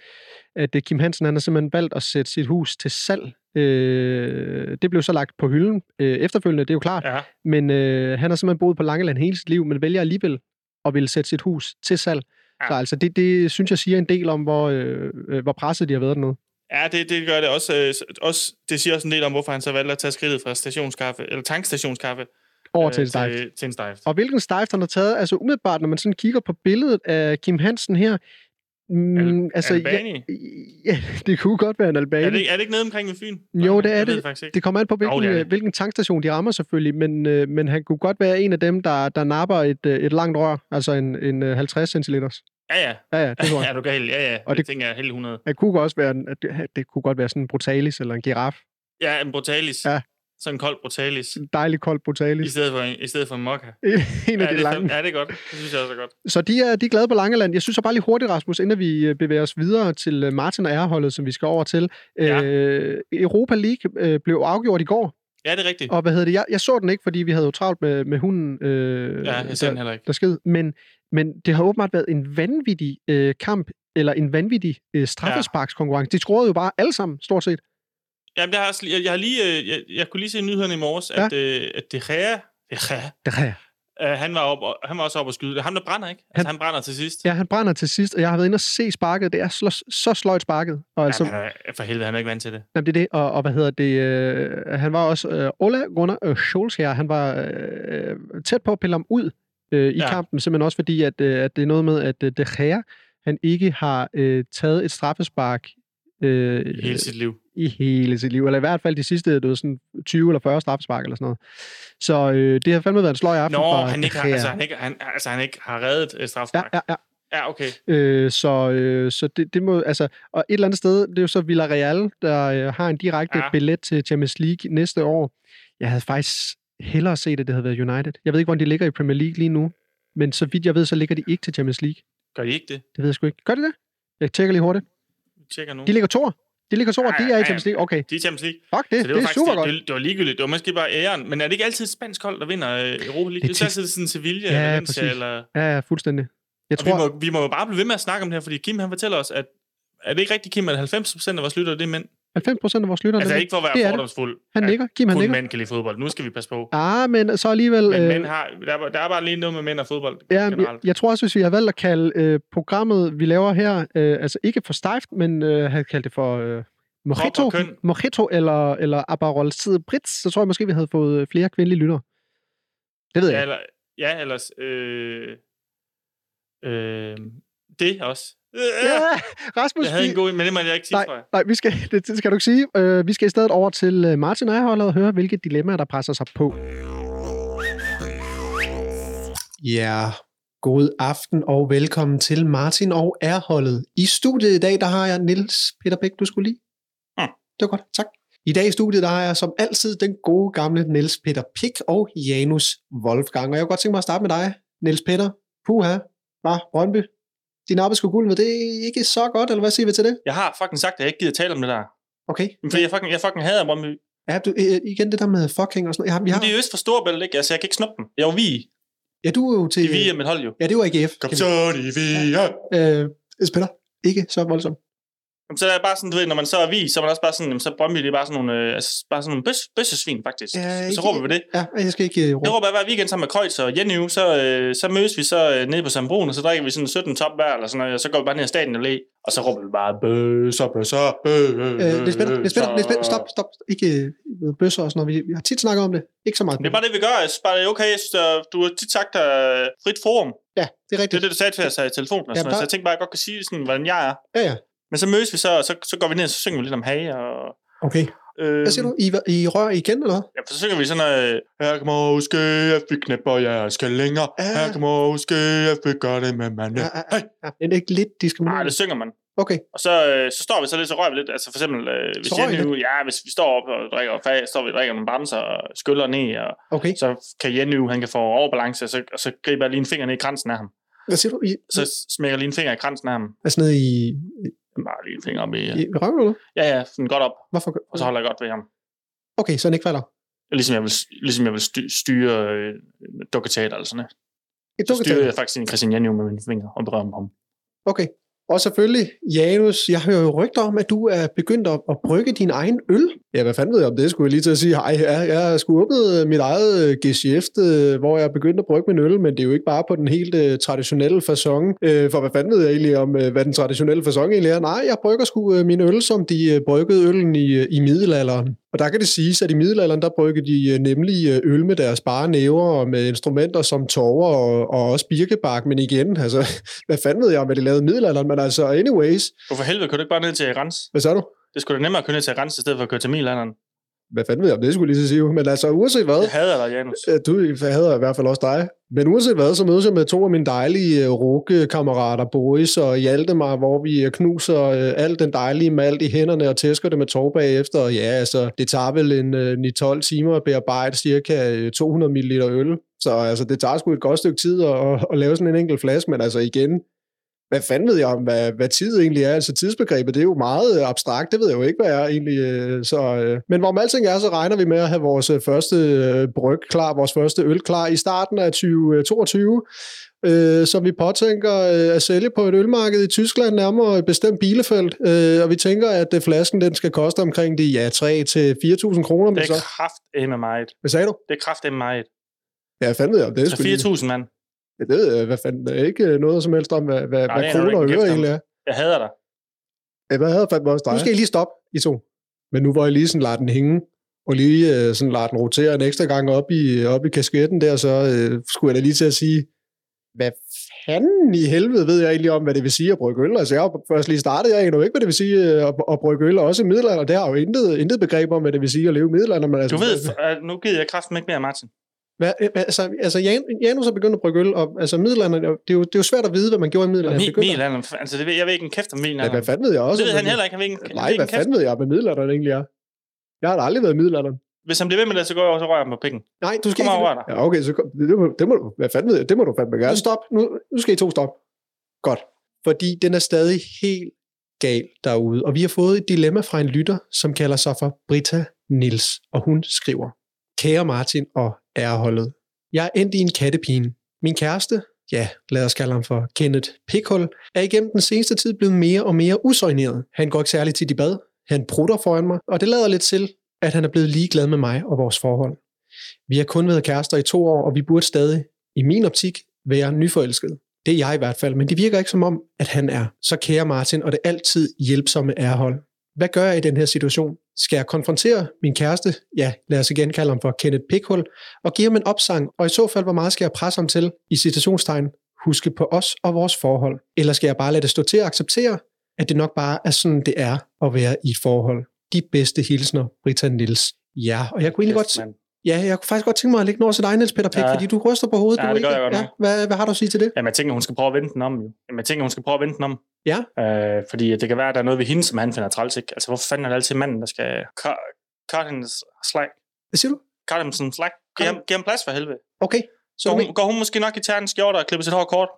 Speaker 2: at øh, Kim Hansen han har simpelthen valgt at sætte sit hus til salg. Øh, det blev så lagt på hylden øh, efterfølgende, det er jo klart.
Speaker 3: Ja.
Speaker 2: Men øh, han har simpelthen boet på Langeland hele sit liv, men vælger alligevel at ville sætte sit hus til salg.
Speaker 3: Ja.
Speaker 2: Ja. Så altså, det, det synes jeg siger en del om, hvor, øh, øh, hvor presset de har været dernede.
Speaker 3: Ja, det, det gør det også, øh, s- også. Det siger også en del om, hvorfor han så valgte at tage skridtet fra stationskaffe, eller tankstationskaffe
Speaker 2: Over
Speaker 3: Øh,
Speaker 2: til en stejf.
Speaker 3: til, til en stejf.
Speaker 2: Og hvilken stejft han har taget, altså umiddelbart, når man sådan kigger på billedet af Kim Hansen her, mm, altså, ja,
Speaker 3: Albani?
Speaker 2: ja, det kunne godt være en
Speaker 3: Er
Speaker 2: albaner.
Speaker 3: det, er det ikke nede omkring ved Fyn?
Speaker 2: Jo, det er
Speaker 3: jeg Ved
Speaker 2: det.
Speaker 3: faktisk ikke.
Speaker 2: Det kommer an på,
Speaker 3: Jo,
Speaker 2: hvilken,
Speaker 3: det er
Speaker 2: oh,
Speaker 3: det.
Speaker 2: hvilken tankstation de rammer selvfølgelig, men, øh, men han kunne godt være en af dem, der, der napper et, øh, et langt rør, altså en, en øh, 50 centiliters.
Speaker 3: Ja, ja.
Speaker 2: Ja, ja, det tror jeg.
Speaker 3: er du gal? Ja, ja. Og
Speaker 2: Og
Speaker 3: det
Speaker 2: det-
Speaker 3: tænker jeg helt 100.
Speaker 2: Det kunne også være, en- at det, det kunne godt være sådan en brutalis eller en giraf.
Speaker 3: Ja, en brutalis.
Speaker 2: Ja.
Speaker 3: Sådan en kold brutalis.
Speaker 2: En dejlig kold
Speaker 3: I
Speaker 2: brutalis.
Speaker 3: stedet for en, i stedet for en mokka.
Speaker 2: en
Speaker 3: Ja,
Speaker 2: af
Speaker 3: det,
Speaker 2: de
Speaker 3: er
Speaker 2: lange.
Speaker 3: fandme- ja, det er godt. Det synes jeg også er godt.
Speaker 2: Så de er, de er glade på Langeland. Jeg synes så bare lige hurtigt, Rasmus, inden vi øh, bevæger os videre til øh, Martin og Erholdet, som vi skal over til.
Speaker 3: Ja.
Speaker 2: Øh, Europa League øh, blev afgjort i går,
Speaker 3: Ja, det er rigtigt.
Speaker 2: og hvad hedder det? Jeg, jeg så den ikke, fordi vi havde jo travlt med, med hunden, øh,
Speaker 3: ja, jeg ser den
Speaker 2: der,
Speaker 3: heller ikke.
Speaker 2: der sked. Men, men det har åbenbart været en vanvittig øh, kamp, eller en vanvittig øh, straffesparkskonkurrence. De scorede jo bare alle sammen, stort set.
Speaker 3: Jamen, jeg har, også lige- jeg, jeg har lige, øh, jeg, jeg kunne lige se i nyhederne i morges, at, øh, at De Gea, De Gea øh, han, var op, og- han var også oppe at skyde. Det er Ham, der brænder, ikke? Altså, han,
Speaker 2: Han-
Speaker 3: brænder til sidst.
Speaker 2: Ja, han brænder til sidst, og jeg har været inde og se sparket. Det er så, så sløjt sparket. Og altså,
Speaker 3: Altså, Jamen, han er- for helvede, han er ikke vant til det.
Speaker 2: Jamen, det er det, og, og hvad hedder det, øh, han var også, øh, Ola Gunnar øh, Scholz her, han var øh, tæt på at pille ham ud øh, i
Speaker 3: Ja.
Speaker 2: ja. kampen, simpelthen også fordi, at, øh, at det er noget med, at øh, De Gea, han ikke har øh, taget et straffespark øh,
Speaker 3: I hele sit liv.
Speaker 2: i hele sit liv, eller i hvert fald de sidste du ved, sådan 20 eller 40 straffespark eller sådan noget. Så øh, det har fandme været en sløj aften
Speaker 3: Nå,
Speaker 2: for
Speaker 3: han
Speaker 2: De
Speaker 3: ikke, har,
Speaker 2: Gea.
Speaker 3: altså, han ikke, han, altså, han ikke har reddet øh,
Speaker 2: Ja,
Speaker 3: strafspark.
Speaker 2: ja, ja.
Speaker 3: ja, okay.
Speaker 2: Øh, så øh, så det, det må, altså, og et eller andet sted, det er jo så Villarreal, der øh, har en direkte
Speaker 3: Ja.
Speaker 2: ja. billet til Champions League næste år. Jeg havde faktisk hellere set, at det havde været United. Jeg ved ikke, hvor de ligger i Premier League lige nu, men så vidt jeg ved, så ligger de ikke til Champions League.
Speaker 3: Gør de ikke det?
Speaker 2: Det ved jeg sgu ikke. Gør de det? Jeg tjekker lige hurtigt.
Speaker 3: Vi tjekker nu.
Speaker 2: De ligger toer. De ligger toer,
Speaker 3: Ja,
Speaker 2: de
Speaker 3: ja,
Speaker 2: er i
Speaker 3: ja.
Speaker 2: Champions League. Okay,
Speaker 3: De er Champions League.
Speaker 2: fuck det.
Speaker 3: Så
Speaker 2: Det,
Speaker 3: det, var
Speaker 2: er
Speaker 3: faktisk,
Speaker 2: super godt.
Speaker 3: Det, det, var ligegyldigt. Det var måske bare æren. Men er det ikke altid et spansk hold, der vinder øh, Europa League?
Speaker 2: Det er
Speaker 3: Det er, det er
Speaker 2: tit-
Speaker 3: altid sådan Sevilla
Speaker 2: Ja,
Speaker 3: ja, eller Valencia.
Speaker 2: præcis.
Speaker 3: Eller...
Speaker 2: Ja, ja, fuldstændig. Jeg
Speaker 3: Og
Speaker 2: tror,
Speaker 3: vi, må, vi må jo bare blive ved med at snakke om det her, fordi Kim han fortæller os, at er det ikke rigtigt, Kim, at 90% af vores lyttere det er mænd?
Speaker 2: 90 procent af vores lyttere...
Speaker 3: Altså
Speaker 2: dem-
Speaker 3: ikke for at
Speaker 2: det er
Speaker 3: være
Speaker 2: det.
Speaker 3: fordomsfuld.
Speaker 2: Han
Speaker 3: at
Speaker 2: nikker. Kim, han
Speaker 3: kun
Speaker 2: nikker.
Speaker 3: mænd kan lide fodbold. Nu skal vi passe på.
Speaker 2: Ah, men så alligevel...
Speaker 3: Men
Speaker 2: øh,
Speaker 3: mænd har, der, er, der er bare lige noget med mænd og fodbold
Speaker 2: Ja, men jeg,
Speaker 3: generelt.
Speaker 2: jeg tror også, hvis vi har valgt at kalde øh, programmet, vi laver her, øh, altså ikke for stejft, men øh, havde kaldt det for øh,
Speaker 3: og
Speaker 2: mojito,
Speaker 3: køn.
Speaker 2: mojito eller, eller Aperol Spritz, så tror jeg måske, vi havde fået øh, flere kvindelige lyttere. Det ved jeg
Speaker 3: Ja,
Speaker 2: ikke.
Speaker 3: eller, ja ellers... Øh, øh, det også. Øh, ja,
Speaker 2: Ja, Rasmus,
Speaker 3: jeg havde en
Speaker 2: vi,
Speaker 3: god en, men det må jeg ikke sige,
Speaker 2: nej,
Speaker 3: tror jeg.
Speaker 2: nej vi skal, det, det skal du ikke sige. Øh, vi skal i stedet over til øh, Martin Ejerholdet og høre, hvilke dilemmaer, der presser sig på.
Speaker 5: Ja, god aften og velkommen til Martin og Erholdet. I studiet i dag, der har jeg Nils Peter Bæk, du skulle lige.
Speaker 3: Ja.
Speaker 5: Det var godt, tak. I dag i studiet, der har jeg som altid den gode gamle Nils Peter Pik og Janus Wolfgang. Og jeg kunne godt tænke mig at starte med dig, Nils Peter. Puha, var Brøndby. Din arbejde skulle guld, men det er ikke så godt, eller hvad siger vi til det?
Speaker 3: Jeg har fucking sagt, at jeg ikke gider tale om det der.
Speaker 5: Okay.
Speaker 3: Men Fordi jeg fucking, jeg fucking hader Brøndby.
Speaker 2: øh,
Speaker 5: Ja, du, øh, igen det der med fucking og sådan noget. Ja, vi
Speaker 3: Ja.
Speaker 5: har,
Speaker 3: Det er øst for Storebælt, ikke? Altså, jeg kan ikke snuppe dem. Jeg er jo vi.
Speaker 2: Ja, du er jo til...
Speaker 3: De vi er mit hold jo.
Speaker 2: Ja, det var AGF.
Speaker 3: Kom
Speaker 2: Kan vi-
Speaker 3: så, de vi er.
Speaker 2: Øh, jeg spiller ikke så voldsomt.
Speaker 3: Jamen, Så er det bare sådan, du ved, når man så er vi, så er man også bare sådan, jamen, så er Brøndby, det er bare sådan nogle, øh, altså, bare sådan nogle bøs, bøssesvin, faktisk.
Speaker 2: Ja,
Speaker 3: Ja, så
Speaker 2: ikke-
Speaker 3: råber vi det.
Speaker 2: Ja, jeg skal ikke øh,
Speaker 3: Jeg
Speaker 2: råbe.
Speaker 3: råber jeg hver weekend sammen med Kreutz og Jenny, så, øh, så mødes vi så øh, nede på Sambroen, og så drikker vi sådan 17 top hver, eller sådan noget, og så går vi bare ned ad staten og læ, og så råber vi bare, bøsser, bøsser,
Speaker 2: Øh,
Speaker 3: bøsser,
Speaker 2: Niels Peter, Niels Peter,
Speaker 3: så-
Speaker 2: Niels Peter, stop, stop. Ikke øh, bøsser og sådan noget. Vi- Vi har tit snakket om det. Ikke så meget.
Speaker 3: Det er bare det, vi gør. Jeg synes bare, det er okay. Jeg synes, øh, du har tit sagt øh, frit forum.
Speaker 2: Ja, det er
Speaker 3: Det
Speaker 2: rigtigt.
Speaker 3: er det, du sagde til os her i telefonen. Og
Speaker 2: Ja,
Speaker 3: sådan noget.
Speaker 2: der-
Speaker 3: Så jeg tænkte bare, at jeg godt kan sige, sådan, hvordan jeg er.
Speaker 2: Ja, ja.
Speaker 3: Men så mødes vi så, og så, så går vi ned, og så synger vi lidt om hage. Og,
Speaker 2: Okay.
Speaker 3: øh,
Speaker 2: Hvad siger du? I, I rører igen, eller hvad?
Speaker 3: Ja, for så synger vi sådan noget... øh, Her kan måske, at vi knæpper jeres længere.
Speaker 2: Ja.
Speaker 3: Her kan måske, at vi gør det med mande.
Speaker 2: Ja,
Speaker 3: Ja.
Speaker 2: ja, ja. ja. Det er ikke lidt
Speaker 3: Nej,
Speaker 2: diskriminerende.
Speaker 3: det synger man.
Speaker 2: Okay.
Speaker 3: Og så, øh, så står vi så lidt, så rører vi lidt. Altså for eksempel, øh, hvis,
Speaker 2: Så rører I
Speaker 3: Jenny, ja, hvis vi står op og drikker fag, så står vi og drikker nogle bamser og skyller ned, og
Speaker 2: Okay.
Speaker 3: så kan Jenny, han kan få overbalance, og så, og så griber jeg lige en finger ned i kransen af ham.
Speaker 2: Hvad siger du? I,
Speaker 3: så smækker jeg lige en finger i kransen af ham.
Speaker 2: altså nede i,
Speaker 3: Bare lige en finger op i... øh,
Speaker 2: i røven, eller?
Speaker 3: Ja, ja, sådan godt op,
Speaker 2: Hvorfor? gør-
Speaker 3: og så holder jeg godt ved ham.
Speaker 2: Okay, så den ikke falder.
Speaker 3: Ligesom jeg vil, ligesom jeg vil sty- styre øh, dukketeater eller sådan noget.
Speaker 2: Et
Speaker 3: Så styrer
Speaker 2: dukketeater.
Speaker 3: jeg faktisk en Christian Janio med mine fingre og berører ham.
Speaker 2: Okay. Og selvfølgelig, Janus, jeg hører jo rygter om, at du er begyndt at, at brygge din egen øl. Ja, hvad fanden ved jeg om det, skulle jeg lige til at sige. Hej, jeg, jeg har sgu åbnet øh, mit eget øh, geschæft, øh, hvor jeg er begyndt at brygge min øl, men det er jo ikke bare på den helt øh, traditionelle façon. Øh, for hvad fanden ved jeg egentlig om, øh, hvad den traditionelle façon egentlig er? Nej, jeg brygger sgu øh, min øl, som de øh, bryggede øllen i, øh, i middelalderen. Og der kan det siges, at i middelalderen, der bryggede de øh, nemlig øh, øl med deres bare næver og med instrumenter som tover og, og også birkebak, men igen, altså, hvad fanden ved jeg om, hvad de lavede i middelalderen, men altså, anyways,
Speaker 3: Hvorfor helvede kunne du ikke bare ned til Rens?
Speaker 2: hvad sagde du?
Speaker 3: Det skulle da nemmere at køre ned til Rens, i stedet for at køre til Milanderen.
Speaker 2: Hvad fanden ved jeg om det, skulle jeg lige så sige, men altså, uanset hvad,
Speaker 3: Jeg hader dig, Janus.
Speaker 2: Øh, Du hader i hvert fald også dig. Men uanset hvad, så mødes jeg med to af mine dejlige rukkekammerater, Boris og Hjaltemar, hvor vi øh, knuser øh, al den dejlige malt i hænderne og tæsker det med tov bagefter. Og ja, altså, det tager vel en øh, 9-12 timer at bearbejde cirka øh, 200 ml øl. Så altså, det tager sgu et godt stykke tid at, at, at lave sådan en enkelt flaske, men altså igen, hvad fanden ved jeg om, hvad, hvad tid egentlig er? Altså tidsbegrebet, det er jo meget øh, abstrakt, det ved jeg jo ikke, hvad er egentlig. øh, Så, øh. Men hvorom alting er, så regner vi med at have vores øh, første øh, bryg klar, vores første øl klar i starten af 2022, øh, som vi påtænker øh, at sælge på et ølmarked i Tyskland, nærmere et bestemt bilefelt. Øh, og vi tænker, at øh, flasken den skal koste omkring de ja, 3-4.000 kroner.
Speaker 3: Det
Speaker 2: Men
Speaker 3: er
Speaker 2: så,
Speaker 3: kraft med mig.
Speaker 2: hvad sagde du?
Speaker 3: Det er kraft med mig.
Speaker 2: Ja, hvad fanden ved jeg om det?
Speaker 3: Så
Speaker 2: skulle jeg lige-
Speaker 3: 4.000, mand.
Speaker 2: Ja, det ved jeg, hvad fanden, det er ikke øh, noget som helst om, hvad, hvad,
Speaker 3: Nej,
Speaker 2: hvad
Speaker 3: det er der
Speaker 2: kroner
Speaker 3: jo
Speaker 2: og
Speaker 3: ikke en
Speaker 2: øre
Speaker 3: kæft om.
Speaker 2: egentlig er.
Speaker 3: Jeg hader dig.
Speaker 2: Ja, Øh, hvad havde fandme også dig? Nu skal I lige stoppe, I to. Men nu hvor jeg lige sådan lader den hænge, og lige øh, sådan lader den rotere en ekstra gang op i, øh, op i kasketten der, så øh, skulle jeg da lige til at sige, hvad fanden i helvede ved jeg egentlig om, hvad det vil sige at brygge øl? Altså jeg har jo først lige startet, jeg aner jo ikke, hvad det vil sige øh, at, at brygge øl, og også i middelalderen, der har jo intet, intet begreb om, hvad det vil sige at leve i middelalderen. Men altså,
Speaker 3: Du ved, øh, nu gider jeg kraften ikke mere, Martin.
Speaker 2: Hvad, øh, altså, altså Jan- Janus har begyndt at brygge øl, og altså middelalderen, det er, jo, det er jo svært at vide, hvad man gjorde i middelalderen. Han
Speaker 3: Mi-
Speaker 2: begyndte-
Speaker 3: Milanderen, altså det ved, jeg ved ikke en kæft om
Speaker 2: Ja, hvad
Speaker 3: Milanderen.
Speaker 2: fanden ved jeg også?
Speaker 3: Det ved
Speaker 2: om,
Speaker 3: han
Speaker 2: hvad-
Speaker 3: heller ikke. Han ved ikke, han
Speaker 2: Nej,
Speaker 3: ved ikke
Speaker 2: hvad
Speaker 3: en kæft.
Speaker 2: fanden ved jeg, hvad middelalderen egentlig er? Jeg har da aldrig været i middelalderen.
Speaker 3: Hvis han bliver ved med det, så går jeg over, så rører jeg ham på pikken.
Speaker 2: Nej, du skal
Speaker 3: Kom
Speaker 2: ikke...
Speaker 3: og rør dig.
Speaker 2: Ja, okay, så kom, det, må, det må du... Hvad fanden ved jeg? Det må du fandme gøre. Stop. Nu, nu skal I to stoppe. Godt. Fordi den er stadig helt gal derude. Og vi har fået et dilemma fra en lytter, som kalder sig for Britta Nils. Og hun skriver, Kære Martin og ærholdet, jeg er endt i en kattepine. Min kæreste, ja, lad os kalde ham for Kenneth Pikhul, er igennem den seneste tid blevet mere og mere usøgneret. Han går ikke særligt tit i bad, han prutter foran mig, og det lader lidt til, at han er blevet ligeglad med mig og vores forhold. Vi har kun været kærester i to år, og vi burde stadig, i min optik, være nyforelskede. Det er jeg i hvert fald, men det virker ikke som om, at han er. Så kære Martin, og det altid hjælpsomme ærhold. Hvad gør jeg i den her situation? Skal jeg konfrontere min kæreste, ja, lad os igen kalde ham for Kenneth Pikhul, og give ham en opsang, og i så fald, hvor meget skal jeg presse ham til, i citationstegn, huske på os og vores forhold? Eller skal jeg bare lade det stå til at acceptere, at det nok bare er sådan, det er at være i et forhold? De bedste hilsner, Britta Nils. Ja, og jeg kunne egentlig godt...
Speaker 3: Mand.
Speaker 2: Ja, jeg kunne faktisk godt tænke mig at lægge den over til dig, Niels Peter Pick, ja.
Speaker 3: Ja.
Speaker 2: fordi du ryster på hovedet.
Speaker 3: Ja,
Speaker 2: du
Speaker 3: det gør
Speaker 2: ikke-
Speaker 3: jeg godt
Speaker 2: ja.
Speaker 3: nok.
Speaker 2: Hvad, hvad har du at sige til det?
Speaker 3: Jamen, jeg tænker, hun skal prøve at vente den om, jo. Jamen, jeg tænker, hun skal prøve at vente den om.
Speaker 2: Ja.
Speaker 3: Øh, fordi at det kan være, at der er noget ved hende, som han finder træls, ikke? Altså, hvorfor fanden er det altid manden, der skal ka- cut hendes slag?
Speaker 2: Hvad siger du?
Speaker 3: Cut him sådan slag? Giv ham, giv ham plads for helvede.
Speaker 2: Okay. Så
Speaker 3: Går
Speaker 2: du
Speaker 3: hun,
Speaker 2: men,
Speaker 3: går hun måske nok i tærne skjorter og klipper sit hår kort?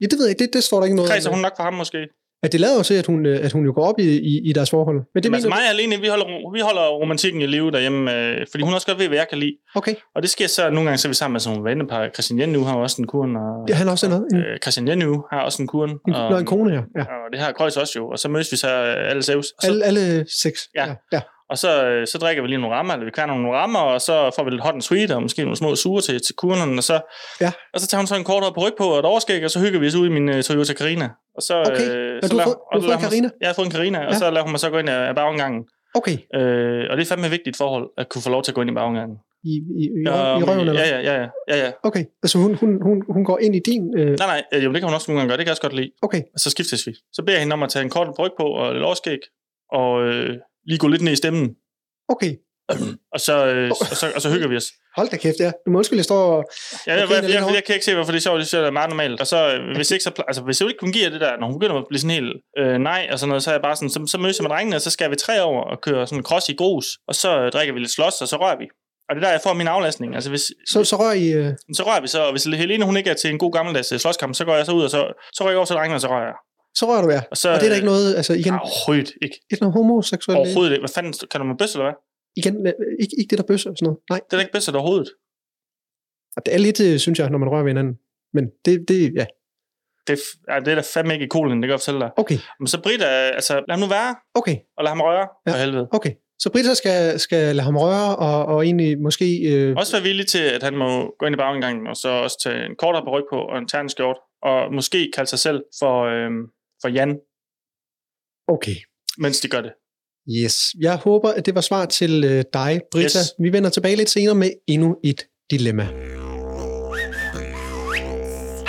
Speaker 2: ja, det ved jeg ikke. Det, det står der ikke noget
Speaker 3: Kredser
Speaker 2: om.
Speaker 3: hun nok for ham måske?
Speaker 5: at det lader jo til, at hun, øh, at hun jo går op i, i, i deres forhold. Men det
Speaker 3: Jamen, altså
Speaker 5: mener
Speaker 3: mig og Alene, vi holder, vi holder romantikken i live derhjemme, øh, fordi hun også godt ved, hvad jeg kan lide.
Speaker 5: Okay.
Speaker 3: Og det sker så, nogle gange så er vi sammen med sådan nogle vennepar. Christian Jenny har jo også en kuren, og
Speaker 5: Ja, han har også noget. En,
Speaker 3: øh, Christian Jenny har også en kuren.
Speaker 5: en,
Speaker 3: og,
Speaker 5: nå, en kone her. Ja.
Speaker 3: og det har Kreuz også jo, og så mødes vi så øh, alle sævs. Og, så,
Speaker 5: Alle, alle seks.
Speaker 3: Ja.
Speaker 5: ja.
Speaker 3: og så, øh, så drikker vi lige nogle rammer, eller vi kan nogle rammer, og så får vi lidt hot and sweet, og måske nogle små sure til, til kuren, og så,
Speaker 5: Ja.
Speaker 3: og så tager hun så en kort på ryg på, og et overskæg, og så hygger vi os ud i min øh, Toyota Carina. Og så, øh,
Speaker 5: Okay. du har
Speaker 3: lader-
Speaker 5: fået-
Speaker 3: og så
Speaker 5: du har fået en
Speaker 3: lader hun-
Speaker 5: Carina?
Speaker 3: Jeg har fået en Carina, og
Speaker 5: Ja.
Speaker 3: så lader hun mig så gå ind af af baggangen.
Speaker 5: Okay.
Speaker 3: Øh, og det er fandme et vigtigt forhold, at kunne få lov til at gå ind i baggangen.
Speaker 5: I, i, i, i røven, eller?
Speaker 3: ja, ja, ja, ja, ja, ja.
Speaker 5: Okay. Altså, hun, hun, hun, hun går ind i din... Øh,
Speaker 3: Nej, nej, øh, jo, det kan hun også nogle gange gøre, det kan jeg også godt lide.
Speaker 5: okay.
Speaker 3: Og så skiftes vi. Så beder jeg hende om at tage en kort bryg på og lidt overskæg, og øh, lige gå lidt ned i stemmen,
Speaker 5: Okay.
Speaker 3: og så, øh, og så, og så hygger vi os.
Speaker 5: Hold da kæft, ja. Du må undskylde, jeg står og...
Speaker 3: Ja, jeg,
Speaker 5: Okay,
Speaker 3: jeg,
Speaker 5: det er lidt
Speaker 3: jeg,
Speaker 5: hårdt.
Speaker 3: jeg, kan ikke se, hvorfor det er sjovt, det synes jeg er meget normalt. Og så, øh, hvis, ikke, så, pla- altså, hvis jeg ikke fungerer det der, når hun begynder at blive sådan helt øh, nej, og sådan noget, så er jeg bare sådan, så, så mødes jeg med drengene, og så skal vi tre over og køre sådan en cross i grus, og så øh, drikker vi lidt slås, og så rører vi. Og det er der, jeg får min aflastning. Altså, hvis,
Speaker 5: Så, så rører I... Øh,
Speaker 3: Men Så rører vi så, og hvis Helene hun ikke er til en god gammeldags øh, slåskamp, så går jeg så ud, og så, så rører jeg over til drengene, og så rører jeg.
Speaker 5: så rører du jer.
Speaker 3: Og, så,
Speaker 5: Og det er der ikke noget... Altså, igen,
Speaker 3: Nej, overhovedet ikke.
Speaker 5: ikke noget homoseksuelt. i det.
Speaker 3: Overhovedet ikke. Hvad fanden, kan du med bøsse eller hvad?
Speaker 5: Igen, øh, ikke, ikke det der bøsser og sådan noget. Nej.
Speaker 3: Det er da ikke bøsse overhovedet.
Speaker 5: Det er lidt, øh, synes jeg, når man rører ved hinanden. Men det, det ja.
Speaker 3: Det, er f- ej, det er da fandme ikke i kolen, det kan jeg fortælle dig.
Speaker 5: Okay,
Speaker 3: Men så Britta, øh, altså lad ham nu være,
Speaker 5: okay,
Speaker 3: og lad ham røre,
Speaker 5: Ja.
Speaker 3: ja. for helvede.
Speaker 5: okay. Så Britta skal, skal lade ham røre, og, og egentlig måske... Øh,
Speaker 3: Også være villig til, at han må gå ind i baggangen, og så også tage en kortere på ryg på, og en terneskjort, og måske kalde sig selv for, øhm, for Jan,
Speaker 5: okay,
Speaker 3: mens de gør det.
Speaker 5: yes. Jeg håber, at det var svar til øh, dig, Britta. Yes.
Speaker 3: Yes.
Speaker 5: Vi vender tilbage lidt senere med endnu et dilemma.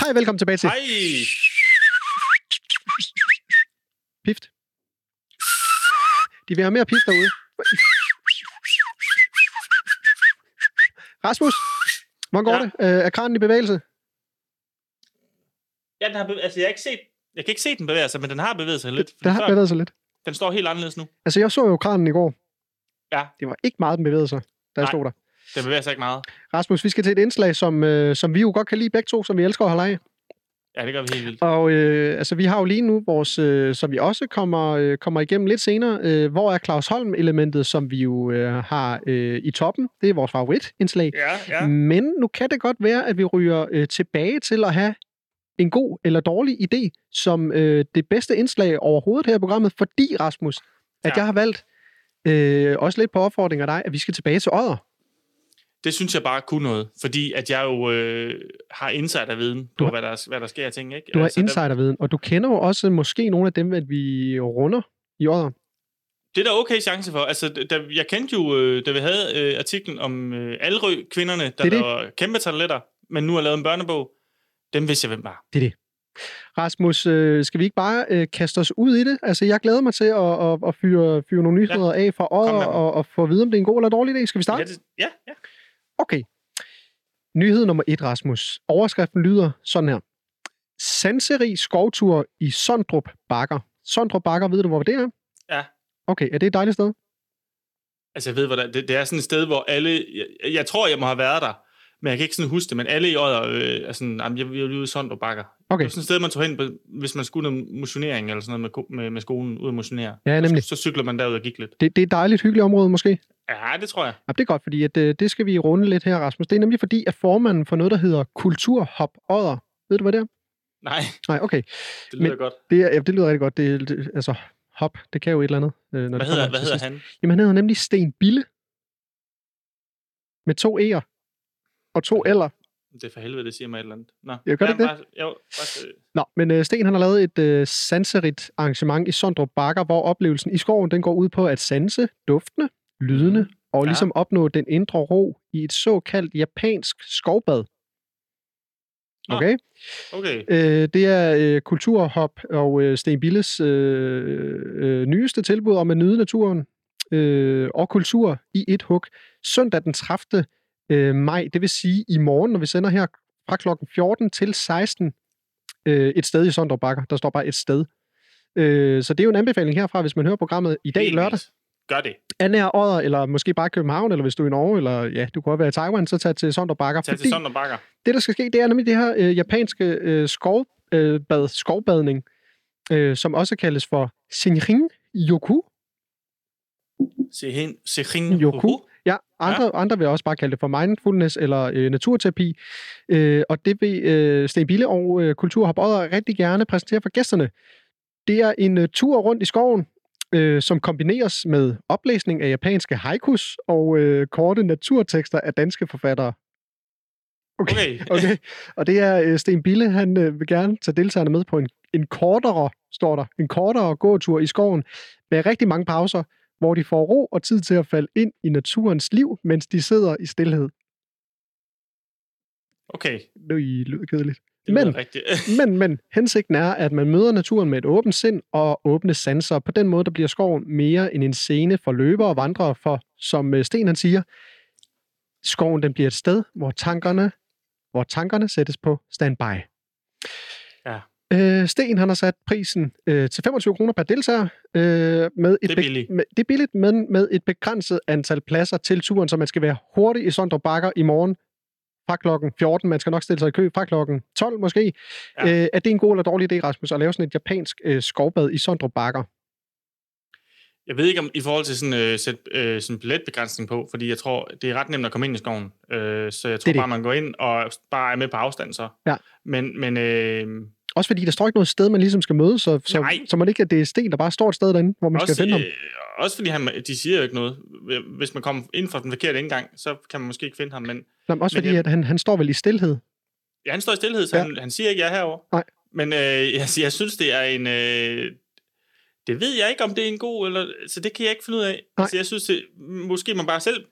Speaker 2: Hej, velkommen tilbage til
Speaker 3: Hej!
Speaker 2: Pift. De vil have mere pift derude. Rasmus, hvordan går
Speaker 3: Ja.
Speaker 2: det? Øh, er kranen i bevægelse?
Speaker 3: Ja, den har bevæ- altså, jeg har ikke set jeg kan ikke se, den bevæger sig, men den har bevæget sig lidt.
Speaker 2: Den
Speaker 3: fordi
Speaker 2: har
Speaker 3: før-
Speaker 2: bevæget sig lidt.
Speaker 3: Den står helt anderledes nu.
Speaker 2: Altså, jeg så jo kranen i går.
Speaker 3: Ja.
Speaker 2: Det var ikke meget, den bevægede sig, da jeg
Speaker 3: Nej.
Speaker 2: stod der.
Speaker 3: Den bevæger sig ikke meget.
Speaker 2: Rasmus, vi skal til et indslag, som, øh, som vi jo godt kan lide begge to, som vi elsker at holde af.
Speaker 3: Ja, det gør vi helt vildt.
Speaker 2: Og øh, altså, vi har jo lige nu vores, øh, som vi også kommer, øh, kommer igennem lidt senere, øh, hvor er Claus Holm-elementet, som vi jo øh, har øh, i toppen. Det er vores favoritindslag.
Speaker 3: Ja, ja.
Speaker 2: Ja. Men nu kan det godt være, at vi ryger øh, tilbage til at have en god eller dårlig idé som øh, det bedste indslag overhovedet her i programmet, fordi, Rasmus, at
Speaker 3: Ja.
Speaker 2: jeg har valgt, øh, også lidt på opfordring af dig, at vi skal tilbage til Odder.
Speaker 3: Det synes jeg bare kunne noget, fordi at jeg jo øh, har insiderviden
Speaker 2: Du
Speaker 3: på,
Speaker 2: har-
Speaker 3: hvad der, hvad der sker af ting, ikke? Altså,
Speaker 2: Du har
Speaker 3: der-
Speaker 2: insiderviden, og du kender jo også måske nogle af dem, at vi runder i Odder.
Speaker 3: Det er der okay chance for. Altså, da, jeg kendte jo, øh, da vi havde øh, artiklen om øh, Alrø-kvinderne, der
Speaker 2: Det er det.
Speaker 3: laver kæmpe toiletter, men nu har lavet en børnebog. Dem vidste jeg, hvem var.
Speaker 2: Rasmus, øh, skal vi ikke bare øh, kaste os ud i det? Altså, jeg glæder mig til at, at, at fyre, fyre nogle nyheder ja. af fra
Speaker 3: med
Speaker 2: året
Speaker 3: dem.
Speaker 2: og, og få at vide, om det er en god eller dårlig idé. Skal vi
Speaker 3: Ja,
Speaker 2: starte?
Speaker 3: det, ja, ja.
Speaker 2: Okay. Nyhed nummer et, Rasmus. Overskriften lyder sådan her. Sanserig skovtur i Sondrup Bakker. Sondrup Bakker, ved du, hvor det er?
Speaker 3: Ja.
Speaker 2: Okay, er det et dejligt sted?
Speaker 3: Altså, jeg ved, hvordan, det, det er sådan et sted, hvor alle... Jeg, jeg tror, jeg må have været der, men jeg kan ikke sådan huske det, men alle i Odder øh, er sådan, jamen, jeg, jeg er ude i Sondre Bakker. Det
Speaker 2: Okay,
Speaker 3: var sådan et sted, man tog hen, på- hvis man skulle noget motionering eller sådan noget med, ko- med, med skolen, ud at motionere.
Speaker 2: ja nemlig.
Speaker 3: Så cykler man derud og gik lidt.
Speaker 2: Det, det er et dejligt, hyggeligt område måske.
Speaker 3: Ja, det tror jeg.
Speaker 2: Ja, det er godt, fordi at, øh, det skal vi runde lidt her, Rasmus. Det er nemlig fordi, at formanden for noget, der hedder Kulturhop Odder. Ved du, hvad det er?
Speaker 3: Nej,
Speaker 2: Nej, okay.
Speaker 3: det lyder
Speaker 2: Men-
Speaker 3: men, godt.
Speaker 2: Det, er, ja, det lyder rigtig godt. Det, er- det, altså, hop, det kan jo et eller andet. Øh, når
Speaker 3: Hvad
Speaker 2: det
Speaker 3: hedder,
Speaker 2: kommer
Speaker 3: hvad
Speaker 2: til
Speaker 3: hedder
Speaker 2: sidst.
Speaker 3: han?
Speaker 2: Jamen, han hedder nemlig Sten Bille. Med to E'er. Og to L'er.
Speaker 3: Det er for helvede, det siger mig et eller andet. Nå.
Speaker 2: Ja, gør det ikke
Speaker 3: bare, Jo, bare, øh,
Speaker 2: Nå, men øh, Sten han har lavet et øh, sanserigt arrangement i Sondrup Bakker, hvor oplevelsen i skoven den går ud på at sanse duftene, lydene og
Speaker 3: Ja.
Speaker 2: ligesom opnå den indre ro i et såkaldt japansk skovbad.
Speaker 3: Nå.
Speaker 2: Okay?
Speaker 3: okay.
Speaker 2: Øh, det er øh, Kulturhop og øh, Sten Billes øh, øh, nyeste tilbud om at nyde naturen øh, og kultur i et hug. Søndag den 30. Øh, maj, det vil sige i morgen, når vi sender her fra klokken 14 til 16 øh, et sted i Sondrup Bakker. Der står bare et sted. Øh, så det er jo en anbefaling herfra, hvis man hører programmet i dag
Speaker 3: Helt
Speaker 2: lørdag.
Speaker 3: vildt. Gør det.
Speaker 2: Er nær Odder, eller måske bare København, eller hvis du er i Norge, eller ja, du kan også være i Taiwan, så tag til Sondrup Bakker.
Speaker 3: Tag til Sonder Bakker.
Speaker 2: Det, der skal ske, det er nemlig det her øh, japanske øh, skov, øh, bad, skovbadning, øh, som også kaldes for Shinrin Yoku.
Speaker 3: Sehin, Sehin
Speaker 2: Yoku. Ja, andre, ja. andre vil også bare kalde det for mindfulness eller øh, naturterapi. Øh, og det vil øh, Sten Bille og øh, Kulturhop Odder rigtig gerne præsentere for gæsterne. Det er en øh, tur rundt i skoven, øh, som kombineres med oplæsning af japanske haikus og øh, korte naturtekster af danske forfattere.
Speaker 3: Okay.
Speaker 2: Okay, og det er øh, Sten Bille, han øh, vil gerne tage deltagerne med på en, en kortere, står der, en kortere gåtur i skoven med rigtig mange pauser, hvor de får ro og tid til at falde ind i naturens liv, mens de sidder i stillhed.
Speaker 3: Okay,
Speaker 2: Det er jo lyder kedeligt.
Speaker 3: det
Speaker 2: Men-
Speaker 3: lyder rigtigt.
Speaker 2: Men, men, hensigten er, at man møder naturen med et åbent sind og åbne sanser. På den måde, der bliver skoven mere end en scene for løbere og vandrere, for som øh, Sten han siger, skoven den bliver et sted, hvor tankerne, hvor tankerne sættes på standby.
Speaker 3: Ja.
Speaker 2: Øh, Sten han har sat prisen øh, til 25 kroner per deltager. Øh, med et
Speaker 3: Det er
Speaker 2: be-
Speaker 3: billigt.
Speaker 2: Med, det er billigt, men med et begrænset antal pladser til turen, så man skal være hurtig i Sondre Bakker i morgen fra klokken 14. Man skal nok stille sig i kø fra klokken 12 måske. Ja.
Speaker 3: Ja.
Speaker 2: Øh, er det en god eller dårlig idé, Rasmus, at lave sådan et japansk øh, skovbad i Sondre Bakker?
Speaker 3: Jeg ved ikke om i forhold til sådan øh, sæt, øh, sådan billetbegrænsning på, fordi jeg tror, det er ret nemt at komme ind i skoven. Øh, så jeg
Speaker 2: det.
Speaker 3: tror det bare, man går ind og bare er med på afstand så.
Speaker 2: Ja.
Speaker 3: Men, men øh,
Speaker 2: Også fordi der står ikke noget sted, man ligesom skal mødes, så, så,
Speaker 3: Nej.
Speaker 2: så man ikke, at det er Sten, der bare står et sted derinde, hvor man også, skal
Speaker 3: også,
Speaker 2: finde ham.
Speaker 3: øh, også fordi han, de siger jo ikke noget. Hvis man kommer ind fra den forkerte indgang, så kan man måske ikke finde ham. Men
Speaker 2: Jamen, også
Speaker 3: men
Speaker 2: fordi,
Speaker 3: jeg-
Speaker 2: at han, han står vel i stilhed.
Speaker 3: ja, han står i stillhed, så
Speaker 2: Ja.
Speaker 3: ja. han, han siger ikke, jeg er herovre.
Speaker 2: Nej.
Speaker 3: Men øh, jeg, jeg synes, det er en... Øh, det ved jeg ikke, om det er en god... Eller, så det kan jeg ikke finde ud af.
Speaker 2: Nej.
Speaker 3: Altså, jeg synes, det, måske man bare selv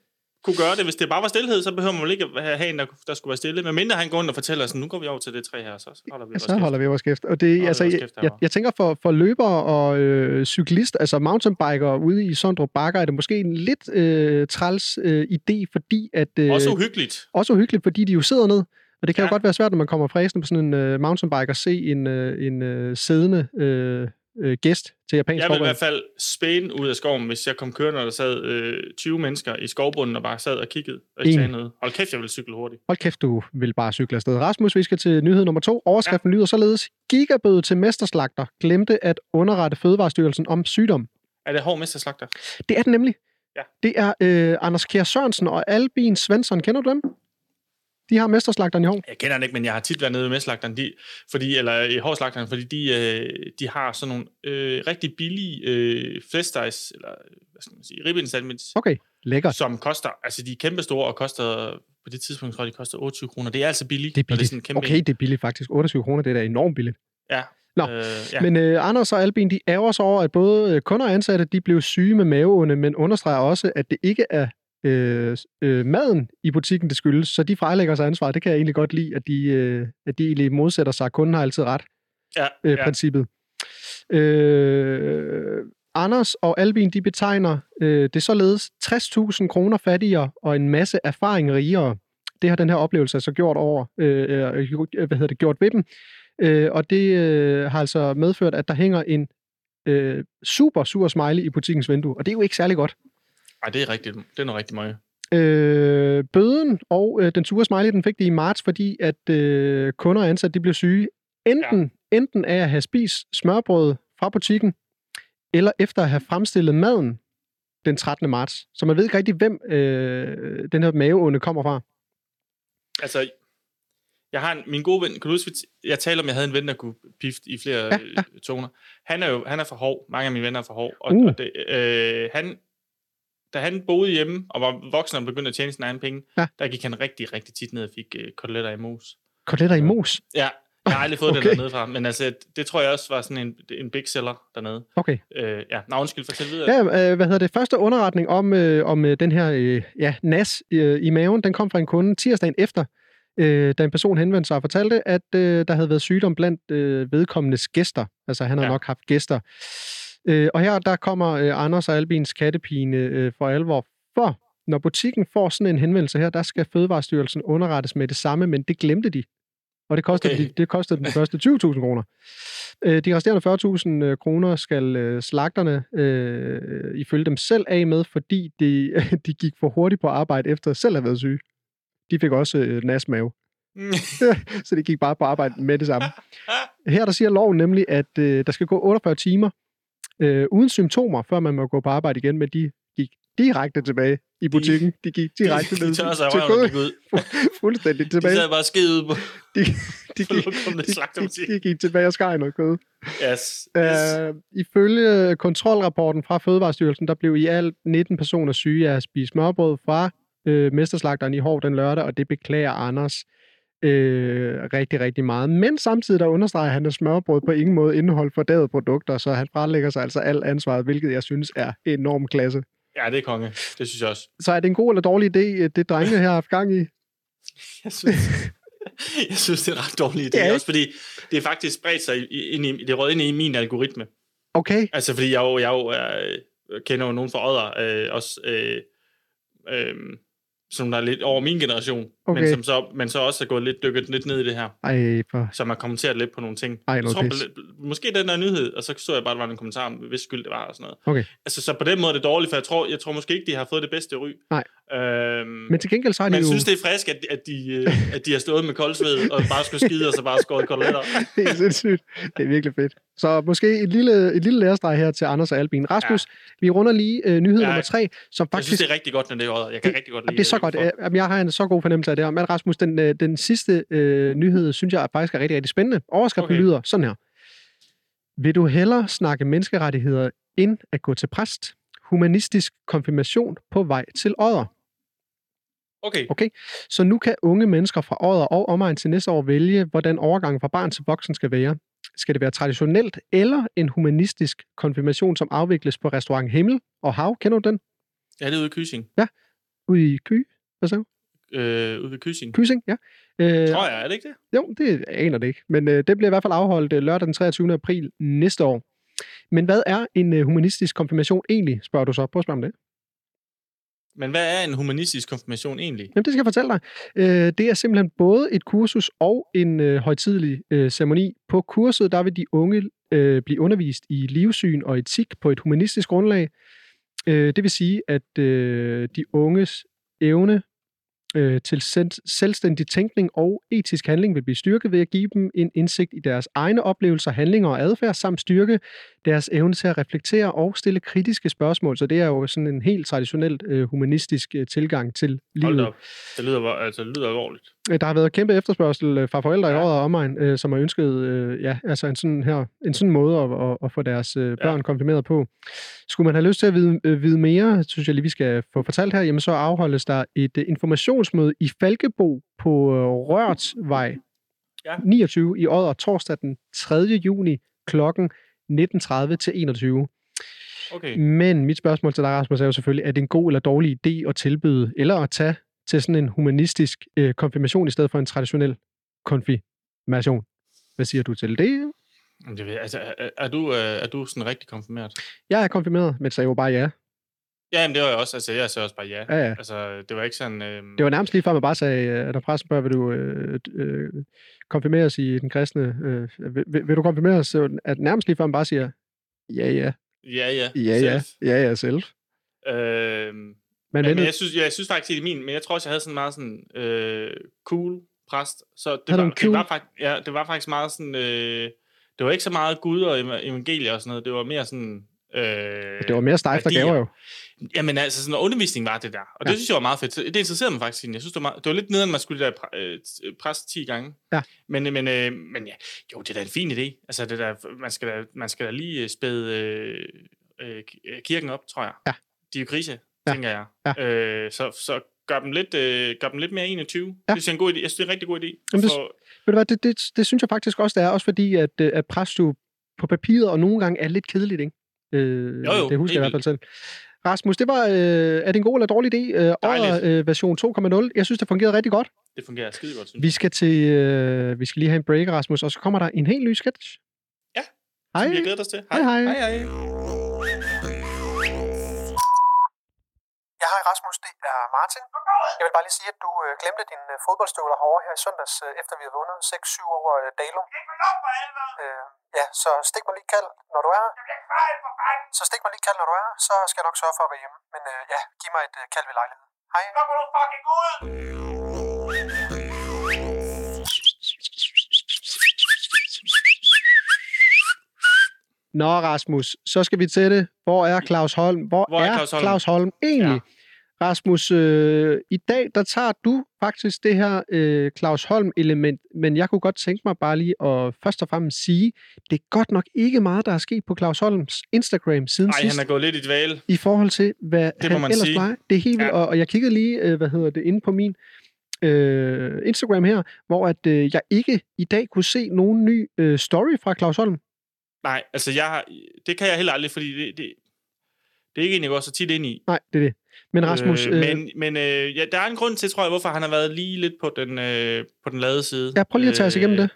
Speaker 3: kunne gøre det. Hvis det bare var stillhed, så behøver man vel ikke at have- have en, der, der skulle være stille. Men mindre han går rundt og fortæller sådan, nu går vi over til det træ her, så så holder vi
Speaker 2: Ja,
Speaker 3: os
Speaker 2: så
Speaker 3: kæft.
Speaker 2: Altså, holder vi vores kæft. Og det,
Speaker 3: vi
Speaker 2: altså,
Speaker 3: vores
Speaker 2: jeg,
Speaker 3: kæft
Speaker 2: jeg,
Speaker 3: derovre.
Speaker 2: jeg tænker for, for løbere og øh, cyklist, altså mountainbiker ude i Sondre Bakker, er det måske en lidt øh, træls øh, idé, fordi at... Øh,
Speaker 3: Også uhyggeligt.
Speaker 2: også uhyggeligt, fordi de jo sidder ned. Og det kan ja. jo
Speaker 3: Ja.
Speaker 2: godt være svært, når man kommer fræsende på sådan en uh, mountainbike og se en, uh, en uh, siddende uh, uh, gæst til japansk
Speaker 3: Jeg ville i
Speaker 2: skovbad.
Speaker 3: hvert fald spæne ud af skoven, hvis jeg kom kørende, og der sad øh, 20 mennesker i skovbunden og bare sad og kiggede og ikke
Speaker 2: Enig.
Speaker 3: sagde noget. Hold kæft, jeg ville cykle hurtigt.
Speaker 2: Hold kæft, du vil bare cykle afsted. Rasmus, vi skal til nyhed nummer to. Overskriften ja. lyder således. Gigabøde til mesterslagter glemte at underrette Fødevarestyrelsen om sygdom.
Speaker 3: Er det hård mesterslagter?
Speaker 2: Det er den nemlig.
Speaker 3: Ja.
Speaker 2: Det er uh, Anders Kjær Sørensen og Albin Svensson. Kender du dem? De har mesterslagteren i Hov.
Speaker 3: Jeg kender den ikke, men jeg har tit været nede ved mesterslagteren, de, fordi, eller i hårdslagteren, fordi de, øh, de har sådan nogle øh, rigtig billige øh, flæstejs, eller hvad skal man sige, ribben sandwich,
Speaker 2: Okay, lækkert.
Speaker 3: som koster, altså de er kæmpestore og koster, på det tidspunkt tror jeg, de koster 28 kroner. Det er altså billigt.
Speaker 2: Det er
Speaker 3: når
Speaker 2: billigt.
Speaker 3: sådan en kæmpe
Speaker 2: Okay, det er billigt faktisk. 28 kroner, det er da enormt billigt. nå.
Speaker 3: en. Øh, ja.
Speaker 2: Ja. Men øh, Anders og Albin, de ærger sig over, at både øh, kunder og ansatte, de blev syge med maveånde, men understreger også, at det ikke er øh, øh, maden i butikken, det skyldes, så de frelægger sig ansvar. Det kan jeg egentlig godt lide, at de, øh, at de egentlig modsætter sig. Kunden har altid ret
Speaker 3: ja,
Speaker 2: øh, ja.
Speaker 3: ja.
Speaker 2: princippet. Øh, Anders og Albin, de betegner øh, det således 60.000 kroner fattigere og en masse erfaring rigere. Det har den her oplevelse altså gjort over, øh, øh, jo- øh, hvad hedder det, gjort ved dem. Øh, og det øh, har altså medført, at der hænger en øh, super sur smiley i butikkens vindue, og det er jo ikke særlig godt.
Speaker 3: Ej, det er rigtigt. Det er noget rigtig meget.
Speaker 2: Øh, bøden og øh, den sure smiley, den fik de i marts, fordi at øh, kunder og ansatte, de blev syge. Enten, ja. enten af at have spist smørbrød fra butikken, eller efter at have fremstillet maden den 13. marts. Så man ved ikke rigtig, hvem øh, den her maveånde kommer fra.
Speaker 3: Altså, jeg har en, min gode ven, kan du huske, vi t- jeg talte om, jeg havde en ven, der kunne pifte i flere
Speaker 2: Ja,
Speaker 3: ja, ja. toner. Han er jo, han er fra Hov. Mange af mine venner er fra Hov. Og,
Speaker 2: Uh.
Speaker 3: uh. og det, øh, han, da han boede hjemme og var voksen og begyndte at tjene sine egne penge,
Speaker 2: Ja.
Speaker 3: ja. der gik han rigtig, rigtig tit ned og fik øh, koteletter i mos.
Speaker 2: Koteletter i mos.
Speaker 3: Ja, jeg har aldrig fået okay.
Speaker 2: Okay.
Speaker 3: det dernede fra, men altså, det tror jeg også var sådan en, en big seller dernede.
Speaker 2: Okay.
Speaker 3: Øh, ja, Nå, undskyld, fortæl videre.
Speaker 2: Ja, øh, hvad hedder det? Første underretning om, øh, om øh, den her øh, ja, nas øh, i maven, den kom fra en kunde tirsdagen efter, øh, da en person henvendte sig og fortalte, at øh, der havde været sygdom blandt øh, vedkommendes gæster. Altså, han har ja.
Speaker 3: Ja.
Speaker 2: nok haft gæster. Øh, og her, der kommer øh, Anders og Albins kattepine øh, for alvor. For når butikken får sådan en henvendelse her, der skal Fødevarestyrelsen underrettes med det samme, men det glemte de. Og det kostede, okay.
Speaker 3: Okay.
Speaker 2: de, det kostede den første 20.000 kroner. Øh, De resterende 40.000 øh, kroner skal øh, slagterne øh, ifølge dem selv af med, fordi de, de gik for hurtigt på arbejde efter selv at have været syge. De fik også øh, nasmave. så det gik bare på arbejde med det samme. Her der siger loven nemlig, at øh, der skal gå 48 timer øh, uden symptomer, før man må gå på arbejde igen, men de gik direkte tilbage i butikken. De gik direkte
Speaker 3: de,
Speaker 2: ned
Speaker 3: de tørrer sig i
Speaker 2: til
Speaker 3: røven og gik ud.
Speaker 2: gulvet, fuldstændig
Speaker 3: De
Speaker 2: tilbage.
Speaker 3: sad bare skide ude på
Speaker 2: De, de,
Speaker 3: på
Speaker 2: gik,
Speaker 3: lokummet
Speaker 2: de,
Speaker 3: slagterbutik.
Speaker 2: de, de gik tilbage og skar i noget kød.
Speaker 3: Yes. yes.
Speaker 2: Øh, ifølge kontrolrapporten fra Fødevarestyrelsen, der blev i alt 19 personer syge af at spise smørbrød fra øh, mesterslagteren i Hov den lørdag, og det beklager Anders øh, rigtig, rigtig meget. Men samtidig der understreger han, at smørbrød på ingen måde indeholdt fordærede produkter, så han fralægger sig altså alt ansvaret, hvilket jeg synes er enorm klasse.
Speaker 3: Ja, det er konge. Det synes jeg også.
Speaker 2: Så er det en god eller dårlig idé, øh, det drenge her har haft gang i?
Speaker 3: Jeg synes, jeg synes det er en ret dårligt. Det
Speaker 2: Ja,
Speaker 3: er
Speaker 2: ikke?
Speaker 3: også fordi, det er faktisk spredt sig i- i- ind i, det er røget ind i min algoritme.
Speaker 2: Okay,
Speaker 3: Altså, fordi jeg jo, jeg jo øh, kender jo nogen fra Odder, øh, også øh, øh, som der er lidt over min generation,
Speaker 2: Okay.
Speaker 3: okay. men, som så, men så også er gået lidt, dykket lidt ned i det her,
Speaker 2: ej, for...
Speaker 3: som har kommenteret lidt på nogle ting.
Speaker 2: Ej,
Speaker 3: jeg
Speaker 2: noget
Speaker 3: tror,
Speaker 2: pis.
Speaker 3: på, lidt- måske den der nyhed, og så så jeg bare, at der var en kommentar om, hvis skyld det var og sådan noget.
Speaker 2: Okay.
Speaker 3: Altså, så på den måde er det dårligt, for jeg tror, jeg tror måske ikke, de har fået det bedste ry.
Speaker 2: Nej.
Speaker 3: Øhm, men
Speaker 2: Men til gengæld så har de
Speaker 3: man
Speaker 2: jo...
Speaker 3: synes, det er frisk, at, at, de, øh, at de har stået med koldsved og bare skulle skide, og så bare skåret koteletter.
Speaker 2: det er sindssygt. Det er virkelig fedt. Så måske et lille, et lille lærestreg her til Anders og Albin. Rasmus, ja. vi runder lige øh, nyhed
Speaker 3: Ja.
Speaker 2: ja. nummer tre, som
Speaker 3: Jeg
Speaker 2: faktisk...
Speaker 3: synes, det er rigtig godt, når det er Odder. Jeg kan rigtig godt lide
Speaker 2: Jamen, det er så godt.
Speaker 3: derfor.
Speaker 2: Jamen, jeg har en så god fornemmelse af det her. Men Rasmus, den, øh, den sidste øh, nyhed, synes jeg faktisk er rigtig, rigtig spændende. Overskriften
Speaker 3: Okay.
Speaker 2: okay. lyder sådan her. Vil du hellere snakke menneskerettigheder, end at gå til præst? Humanistisk konfirmation på vej til Odder.
Speaker 3: Okay.
Speaker 2: Så nu kan unge mennesker fra året og omegn til næste år vælge, hvordan overgangen fra barn til voksen skal være. Skal det være traditionelt eller en humanistisk konfirmation, som afvikles på restaurant Himmel og Hav? Kender du den?
Speaker 3: Ja, det er ude i Kysing.
Speaker 2: Ude i Ky? Hvad sagde du?
Speaker 3: Øh, ude ved Kysing.
Speaker 2: Kysing, ja. Øh,
Speaker 3: Tror jeg, er det ikke det?
Speaker 2: jo, det jeg aner det ikke. Men øh, det bliver i hvert fald afholdt øh, lørdag den 23. april næste år. Men hvad er en øh, humanistisk konfirmation egentlig, spørger du så. Prøv at spørge om det.
Speaker 3: Men hvad er en humanistisk konfirmation egentlig?
Speaker 2: Jamen, det skal jeg fortælle dig. Øh, det er simpelthen både et kursus og en øh, højtidelig øh, ceremoni. På kurset, der vil de unge øh, blive undervist i livssyn og etik på et humanistisk grundlag. Øh, det vil sige, at øh, de unges evne øh, til sen- selvstændig tænkning og etisk handling vil blive styrket ved at give dem en indsigt i deres egne oplevelser, handlinger og adfærd, samt styrke deres evne til at reflektere og stille kritiske spørgsmål. Så det er jo sådan en helt traditionelt øh, humanistisk øh, tilgang til
Speaker 3: Hold da
Speaker 2: livet.
Speaker 3: op. Det lyder, hvor- altså, det lyder alvorligt.
Speaker 2: Øh, Der har været kæmpe efterspørgsel øh, fra forældre ja.
Speaker 3: Ja.
Speaker 2: i året og omegn, øh, som har ønsket øh, ja, altså en, sådan her, en sådan måde at, at, at få deres øh, børn ja. konfirmeret på. Skulle man have lyst til at vide, øh, vide mere, synes jeg lige, vi skal få fortalt her, jamen så afholdes der et øh, informationsmøde i Falkebo på øh, Rørtsvej
Speaker 3: Ja.
Speaker 2: ja. 29 i året torsdag den 3. juni klokken 19.30 til 21.
Speaker 3: Okay.
Speaker 2: Men mit spørgsmål til dig, Rasmus, er jo selvfølgelig, er det en god eller dårlig idé at tilbyde, eller at tage til sådan en humanistisk øh, konfirmation i stedet for en traditionel konfirmation? Hvad siger du til det?
Speaker 3: Jamen, Det ved, jeg- altså, er, er, du, øh, er du sådan rigtig konfirmeret?
Speaker 2: Jeg er konfirmeret, men sagde jo bare ja.
Speaker 3: Ja, jamen, det var jeg også. Altså, jeg sagde også bare ja.
Speaker 2: ja, ja.
Speaker 3: Altså, det var ikke sådan... Øh,
Speaker 2: Det var nærmest lige før, man bare sagde, øh, at når præsten spørger, vil du øh, øh, konfirmeres i den kristne, øh, vil, vil, vil du konfirmeres? Så er det- At nærmest lige før, man bare siger, ja, ja,
Speaker 3: Ja, ja.
Speaker 2: ja, ja, ja, ja, selv.
Speaker 3: Øh,
Speaker 2: Man
Speaker 3: men
Speaker 2: ventede,
Speaker 3: jeg synes, ja, jeg synes faktisk, det er min... Men jeg tror også, jeg havde sådan meget sådan... Øh, cool præst. Så det
Speaker 2: Havde du
Speaker 3: var,
Speaker 2: en
Speaker 3: det
Speaker 2: cool?
Speaker 3: var, fakt, ja, det var faktisk meget sådan... Øh, det var ikke så meget Gud og ev- evangelier og sådan noget. Det var mere sådan... Øh,
Speaker 2: det var mere stejft og
Speaker 3: værdier.
Speaker 2: gaver jo.
Speaker 3: Jamen altså, sådan noget undervisning var det der. Og det
Speaker 2: Ja.
Speaker 3: synes jeg var meget fedt. Så Det interesserede mig faktisk. egentlig. Jeg synes, det var, meget, det var lidt nederen, man skulle det der præ- øh, t- øh, præst 10 gange.
Speaker 2: Ja.
Speaker 3: Men, øh, men, øh, men ja, jo, det er da en fin idé. Altså, det der, man, skal da, man skal da lige øh, spæde øh, øh, ki- øh, kirken op, tror jeg.
Speaker 2: Ja.
Speaker 3: De er jo krise,
Speaker 2: Ja.
Speaker 3: ja. tænker jeg.
Speaker 2: Ja.
Speaker 3: Øh, så, så gør dem lidt, øh, gør dem lidt mere 21.
Speaker 2: Ja.
Speaker 3: Det synes jeg er en god idé. Jeg synes, det er en rigtig god idé.
Speaker 2: Jamen, det-
Speaker 3: For-
Speaker 2: Ved du hvad, det, det, det synes jeg faktisk også, det er. Også fordi, at, øh, at præst jo på papiret og nogle gange er lidt kedeligt, ikke? Øh,
Speaker 3: Jo, jo,
Speaker 2: det husker jeg i hvert
Speaker 3: helt
Speaker 2: fald selv. Rasmus, det var, øh, er det en god eller dårlig idé? Øh, og,
Speaker 3: Dejligt.
Speaker 2: øh, version 2.0. Jeg synes, det fungerede rigtig godt.
Speaker 3: det fungerer skide godt, synes jeg.
Speaker 2: Vi skal, til, øh, vi skal lige have en break, Rasmus, og så kommer der en helt ny sketch.
Speaker 3: Ja.
Speaker 2: Hej.
Speaker 3: Som vi har glædet os til.
Speaker 2: Hej, hej.
Speaker 3: hej, hej.
Speaker 6: Ja, hej Rasmus, det er Martin. Jeg vil bare lige sige, at du øh, glemte dine øh, fodboldstøvler herovre her i søndags, øh, efter vi har vundet 6-7 over øh, Dalum. Øh, ja, så stik mig lige kald, når du er her. Så stik mig lige kald, når du er her, så skal jeg nok sørge for at være hjemme. Men øh, ja, giv mig et øh, kald ved lejlighed. Hej.
Speaker 4: Så må du fucking gå ud!
Speaker 2: Nå, Rasmus, så skal vi til det. Hvor er Claus Holm? Hvor, Hvor er, Claus Holm? Claus Holm egentlig? Ja. Rasmus, øh, i dag der tager du faktisk det her øh, Claus Holm-element, men jeg kunne godt tænke mig bare lige at først og fremmest sige, det er godt nok ikke meget, der er sket på Claus Holms Instagram siden
Speaker 3: Ej,
Speaker 2: sidst.
Speaker 3: han er gået lidt i dvale.
Speaker 2: I forhold til, hvad
Speaker 3: Det må
Speaker 2: det han
Speaker 3: man
Speaker 2: ellers
Speaker 3: sige.
Speaker 2: plejer. Det er helt vildt,
Speaker 3: Ja.
Speaker 2: og, og jeg kiggede lige, øh, hvad hedder det, inde på min øh, Instagram her, hvor at øh, jeg ikke i dag kunne se nogen ny øh, story fra Claus Holm.
Speaker 3: Nej, altså jeg har, det kan jeg heller aldrig, fordi det, det, det er ikke en, jeg går så tit ind i.
Speaker 2: Nej, det er det. Men Rasmus, øh,
Speaker 3: Øh, men men øh, ja, der er en grund til, tror jeg, hvorfor han har været lige lidt på den, øh, på den lade side. Øh,
Speaker 2: Ja, prøv lige at tage os igennem det.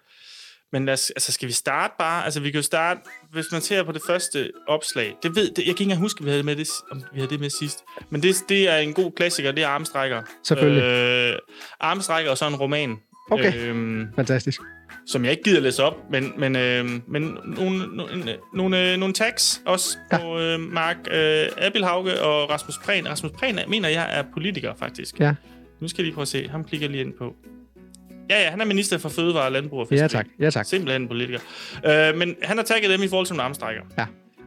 Speaker 3: Men lad os, altså, skal vi starte bare? Altså, vi kan jo starte, hvis man ser på det første opslag. Det ved, det, jeg kan ikke engang huske, om vi havde med det, s- om vi havde det med sidst. Men det, det er en god klassiker, det er armstrækker.
Speaker 2: Selvfølgelig.
Speaker 3: Øh, armstrækker og så en roman.
Speaker 2: Okay.
Speaker 3: Øhm,
Speaker 2: fantastisk.
Speaker 3: som jeg ikke gider læse op, men, men, øh, men nogle, nogle, nogle, øh, nogle tags også ja. på øh, Mark øh, Abelhauge og Rasmus Prehn. Rasmus Prehn er- mener jeg er politiker, faktisk.
Speaker 2: Ja.
Speaker 3: Nu skal jeg lige prøve at se. Ham klikker jeg lige ind på. Ja, ja, han er minister for Fødevare, Landbrug og
Speaker 2: Ja
Speaker 3: Fiskeri.
Speaker 2: tak, ja tak.
Speaker 3: Simpelthen en politiker. Øh, men han har tagget dem i forhold til nogle armstrækker.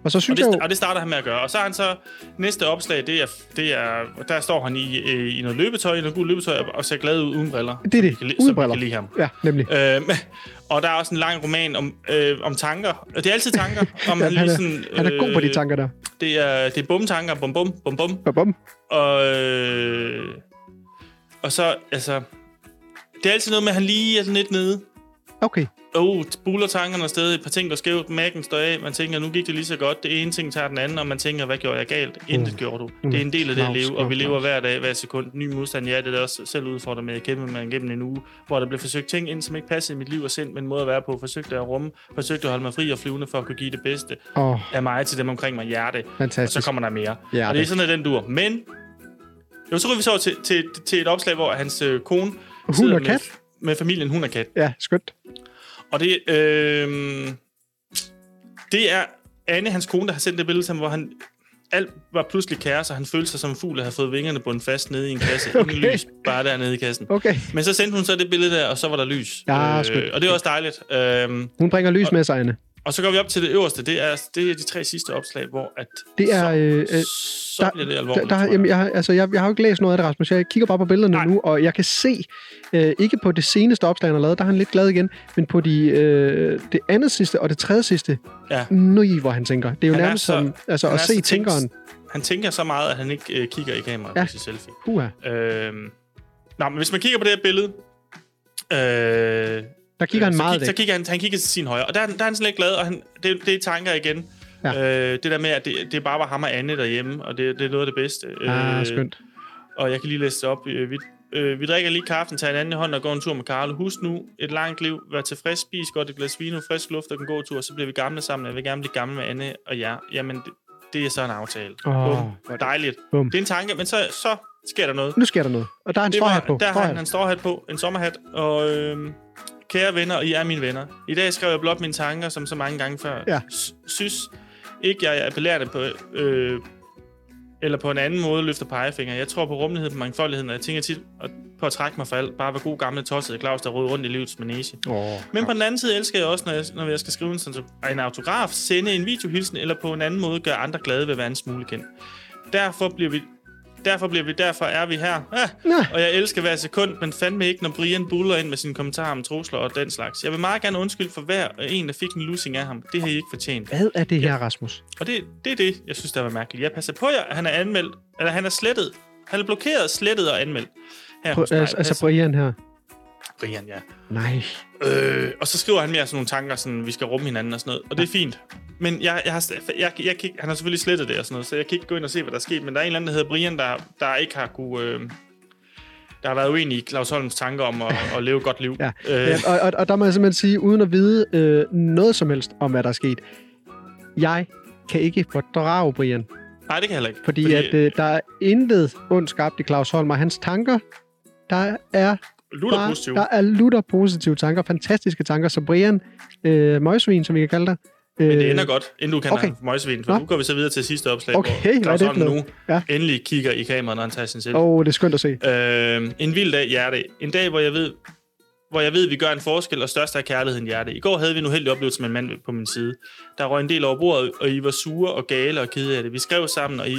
Speaker 2: Og så
Speaker 3: Og
Speaker 2: synes
Speaker 3: det,
Speaker 2: jeg
Speaker 3: sta-
Speaker 2: jo,
Speaker 3: og det starter han med at gøre. Og så er han så... Næste opslag, det er... Det er der står han i, øh, i noget løbetøj, i noget gul løbetøj, og- og ser glad ud uden briller.
Speaker 2: det er det,
Speaker 3: Som vi kan li- som vi
Speaker 2: uden briller.
Speaker 3: Kan lide ham.
Speaker 2: Ja, nemlig.
Speaker 3: Øhm, og der er også en lang roman om, øh, om tanker. Og Det er altid tanker. Om
Speaker 2: Ja,
Speaker 3: han, lige
Speaker 2: er-
Speaker 3: sådan,
Speaker 2: Han er god på de
Speaker 3: øh,
Speaker 2: tanker der.
Speaker 3: Det er, det er bumtanker. Bum, bum, bum, bum.
Speaker 2: Bum, bum.
Speaker 3: Og, øh, og så, altså... Det er altid noget med, at han lige er sådan lidt nede.
Speaker 2: Okay,
Speaker 3: Åh, oh, buler tankerne afsted. Et par ting går skævt. Mærken står af. Man tænker, nu gik det lige så godt. Det ene ting tager den anden, og man tænker, hvad gjorde jeg galt?
Speaker 2: Mm.
Speaker 3: Intet gjorde du. Det er en del af det at
Speaker 2: Claus,
Speaker 3: leve, og vi
Speaker 2: Claus,
Speaker 3: lever
Speaker 2: Claus.
Speaker 3: hver dag, hver sekund. Ny modstand, ja, det er da også selv udfordret med at kæmpe med gennem en uge, hvor der blev forsøgt ting ind, som ikke passede i mit liv og sind, men en måde at være på. Forsøgte at rumme, forsøgte at holde mig fri og flyvende for at kunne give det bedste
Speaker 2: åh,
Speaker 3: af mig til dem omkring mig hjerte. Og så
Speaker 2: fantastisk.
Speaker 3: kommer der mere.
Speaker 2: Ja,
Speaker 3: Og det er sådan, at den dur. Men, jo, så ryger vi så over til, til, til et opslag, hvor hans øh, kone
Speaker 2: og
Speaker 3: sidder med,
Speaker 2: kat?
Speaker 3: med familien Hund og Kat.
Speaker 2: Ja, skønt.
Speaker 3: Og det, øh, det er Anne, hans kone, der har sendt det billede til ham, hvor han alt var pludselig kaos, og han følte sig som en fugl, der havde fået vingerne bundet fast nede i en kasse. okay. Ingen
Speaker 2: Okay.
Speaker 3: lys, bare dernede i kassen.
Speaker 2: Okay.
Speaker 3: Men så sendte hun så det billede der, og så var der lys. Øh,
Speaker 2: Ja, skønt.
Speaker 3: og det er også dejligt. Øh,
Speaker 2: Hun bringer lys
Speaker 3: Og-
Speaker 2: med sig, Anne.
Speaker 3: og så går vi op til det øverste. Det er, det er de tre sidste opslag, hvor at
Speaker 2: Det er...
Speaker 3: så,
Speaker 2: Øh, øh,
Speaker 3: så der, bliver det
Speaker 2: Der,
Speaker 3: alvorligt, tror
Speaker 2: der,
Speaker 3: jeg.
Speaker 2: jamen, jeg, har- altså, jeg, jeg har jo ikke læst noget af det, Rasmus. Jeg kigger bare på billederne
Speaker 3: Nej.
Speaker 2: nu, og jeg kan se, øh, ikke på det seneste opslag, han har lavet, der er han lidt glad igen, men på de, øh, det andet sidste og det tredje sidste,
Speaker 3: Ja.
Speaker 2: nøj, hvor han tænker. Det er jo
Speaker 3: Han er
Speaker 2: nærmest
Speaker 3: så-
Speaker 2: som altså,
Speaker 3: han
Speaker 2: at
Speaker 3: er
Speaker 2: se
Speaker 3: så tænkt-
Speaker 2: tænkeren.
Speaker 3: Han tænker så meget, at han ikke øh, kigger i kameraet
Speaker 2: Ja.
Speaker 3: ja. på sit selfie.
Speaker 2: Uha,
Speaker 3: Øh, nå, men hvis man kigger på det her billede... Øh,
Speaker 2: der kigger han
Speaker 3: så
Speaker 2: meget
Speaker 3: kig, så
Speaker 2: væk.
Speaker 3: kigger han, han kigger til sin højre, og der, er han- der er han sådan lidt glad, og han, det, det er tanker igen.
Speaker 2: Ja.
Speaker 3: Ja. Øh, det der med, at det, det bare var ham og Anne derhjemme, og det, det er noget af det bedste. Øh,
Speaker 2: Ah, skønt.
Speaker 3: Og jeg kan lige læse det op. Øh, Vi, øh, vi drikker lige kaffen, tager en anden i hånden og går en tur med Carlo. Husk nu, et langt liv. Vær tilfreds, spis godt et glas vino, frisk luft og en god tur, så bliver vi gamle sammen. Jeg vil gerne blive gammel med Anne og jer. Jamen, det, det er så en aftale.
Speaker 2: Åh,
Speaker 3: Bum. Dejligt.
Speaker 2: Bum.
Speaker 3: Det er en tanke, men så, så sker der noget.
Speaker 2: Nu sker der noget. Og der er en
Speaker 3: Det var,
Speaker 2: stråhat på.
Speaker 3: Der har han
Speaker 2: Stråhat.
Speaker 3: en stråhat på, en sommerhat, og øhm, kære venner, og I er mine venner. I dag skrev jeg blot mine tanker, som så mange gange før.
Speaker 2: Ja.
Speaker 3: S- Synes ikke, jeg appellerede på, øh, eller på en anden måde løfter pegefinger. Jeg tror på rummelighed, på mangfoldigheden, og jeg tænker tit at- på at trække mig for alt. Bare være god gamle tosset Claus, der roder rundt i livets manege.
Speaker 2: Åh,
Speaker 3: Men på den anden side elsker jeg også, når jeg, når jeg skal skrive en, sådan- en autograf, sende en videohilsen, eller på en anden måde gøre andre glade ved at være en smule kendt. Derfor bliver vi Derfor bliver vi, derfor er vi her. Ah, og jeg elsker hver sekund, men fandme ikke, når Brian buller ind med sine kommentarer om trusler og den slags. Jeg vil meget gerne undskylde for hver og en, der fik en losing af ham. Det har I ikke fortjent.
Speaker 2: Hvad er det her, Rasmus?
Speaker 3: Og det, det er det, jeg synes, der var mærkeligt. Jeg passer på jer, at han er anmeldt, eller han er slettet. Han er blokeret, slettet og anmeldt. Her
Speaker 2: Prøv,
Speaker 3: hos mig.
Speaker 2: altså, altså
Speaker 3: Pas-
Speaker 2: Brian her.
Speaker 3: Brian, ja.
Speaker 2: Nej.
Speaker 3: Øh, og så skriver han mere sådan nogle tanker, sådan, vi skal rumme hinanden og sådan noget. Og det er fint. Men jeg, jeg har, jeg, jeg, jeg, kan ikke- han har selvfølgelig slettet det og sådan noget, så jeg kan ikke gå ind og se, hvad der er sket. Men der er en eller anden, der hedder Brian, der, der ikke har kunne... Øh, der har været uenig i Claus Holms tanker om at, at leve et godt liv.
Speaker 2: Ja.
Speaker 3: øh,
Speaker 2: Ja, og, og, og der må jeg simpelthen sige, uden at vide øh, noget som helst om, hvad der er sket, jeg kan ikke fordrage Brian,
Speaker 3: nej, det kan jeg heller ikke.
Speaker 2: fordi, fordi at øh, der er intet ondt skabt i Claus Holm, og hans tanker, der er,
Speaker 3: Luther er
Speaker 2: bare,
Speaker 3: positiv.
Speaker 2: der er lutter positive tanker, fantastiske tanker, så Brian, øh, møgsvin, som vi kan kalde dig, øh,
Speaker 3: Men det ender godt, inden du kan
Speaker 2: okay.
Speaker 3: okay. møjsvin. For
Speaker 2: Nå.
Speaker 3: nu går vi så videre til sidste opslag,
Speaker 2: Okay, hvad er
Speaker 3: hvor Claus
Speaker 2: det
Speaker 3: Holm
Speaker 2: blevet?
Speaker 3: nu
Speaker 2: Ja.
Speaker 3: endelig kigger i kameraet, når han tager sin selfie. Øhm,
Speaker 2: Åh, oh, det er skønt at se.
Speaker 3: Øh, en vild dag, hjerte. En dag, hvor jeg ved, hvor jeg ved, at vi gør en forskel, og størst er kærligheden hjerte. I går havde vi en uheldig oplevelse med en mand på min side. Der røg en del over bordet, og I var sure og gale og kede af det. Vi skrev sammen, og I,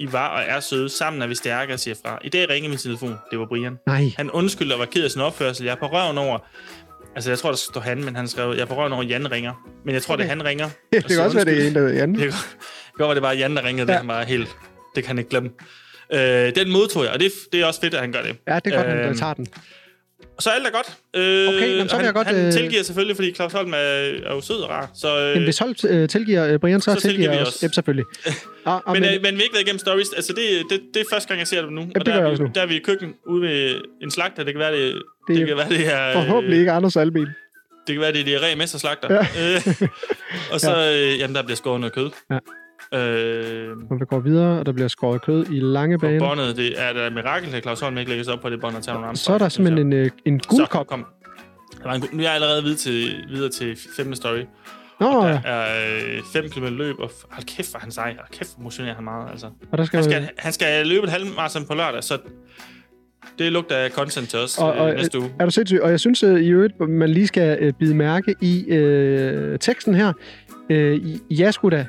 Speaker 3: I var og er søde. Sammen er vi stærkere, siger fra. I dag ringede min telefon. Det var Brian.
Speaker 5: Nej.
Speaker 3: Han undskyldte og var ked af sin opførsel. Jeg er på røven over... Altså, jeg tror, der står han, men han skrev, jeg er på røven over, at Jan ringer. Men jeg tror, okay. det er han ringer. Altså,
Speaker 5: Det kan også være, det er en, der hedder Jan.
Speaker 3: Det kan det kan godt være, det var Jan, der ringede, ja. det han var helt... Det kan han ikke glemme. Øh, den modtog jeg, og det, er- det er også fedt, at han gør det.
Speaker 5: Ja, det er godt, han øh,
Speaker 3: Øhm,
Speaker 5: tager den.
Speaker 3: Så alt er godt. Øh,
Speaker 5: Okay, jamen, så vil
Speaker 3: han,
Speaker 5: jeg godt,
Speaker 3: Han
Speaker 5: øh,
Speaker 3: tilgiver selvfølgelig, fordi Claus Holm er, er jo sød og rar. Så, øh,
Speaker 5: Jamen, hvis Holt øh, tilgiver øh, Brian, så,
Speaker 3: så tilgiver
Speaker 5: tilgiver
Speaker 3: vi
Speaker 5: jeg
Speaker 3: også.
Speaker 5: også. Jamen, selvfølgelig. Ah, ah,
Speaker 3: men, øh, men vi har ikke været igennem stories. Altså, det, det, det er første gang, jeg ser dem nu. og
Speaker 5: det
Speaker 3: der,
Speaker 5: gør jeg
Speaker 3: er vi,
Speaker 5: også nu.
Speaker 3: der er vi i køkkenet ude ved en slagter. Det kan være, det, det,
Speaker 5: Det er
Speaker 3: det kan være, det er... øh,
Speaker 5: forhåbentlig ikke Anders Albin.
Speaker 3: Det kan være, det er diarré med sig slagter.
Speaker 5: Ja.
Speaker 3: Øh, og så, øh, jamen, der bliver skåret noget kød.
Speaker 5: Ja.
Speaker 3: Øh,
Speaker 5: Når vi går videre, og der bliver skåret kød i lange
Speaker 3: på
Speaker 5: baner.
Speaker 3: båndet, det er da et mirakel, at Claus Holm ikke lægger sig op på det bånd og tager nogle armstræk,
Speaker 5: Så er der
Speaker 3: synes jeg.
Speaker 5: simpelthen en, øh, en gul
Speaker 3: Så,
Speaker 5: kop.
Speaker 3: kom. Der var en, gu- nu er jeg allerede videre til, videre til femte story.
Speaker 5: Nå,
Speaker 3: Der
Speaker 5: ja.
Speaker 3: er øh, 5 km løb, og f- hold kæft, hvor er han sej. Hold kæft, hvor motionerer han meget, altså.
Speaker 5: og der skal,
Speaker 3: Han skal, han skal løbe et halvmarathon på lørdag, så det lugter af content til os
Speaker 5: Og-
Speaker 3: og,
Speaker 5: og-
Speaker 3: øh, næste uge.
Speaker 5: Er du sindssyg? Og jeg synes øh, i øvrigt, man lige skal øh, bide mærke i øh, teksten her. Øh, I- jeg skulle da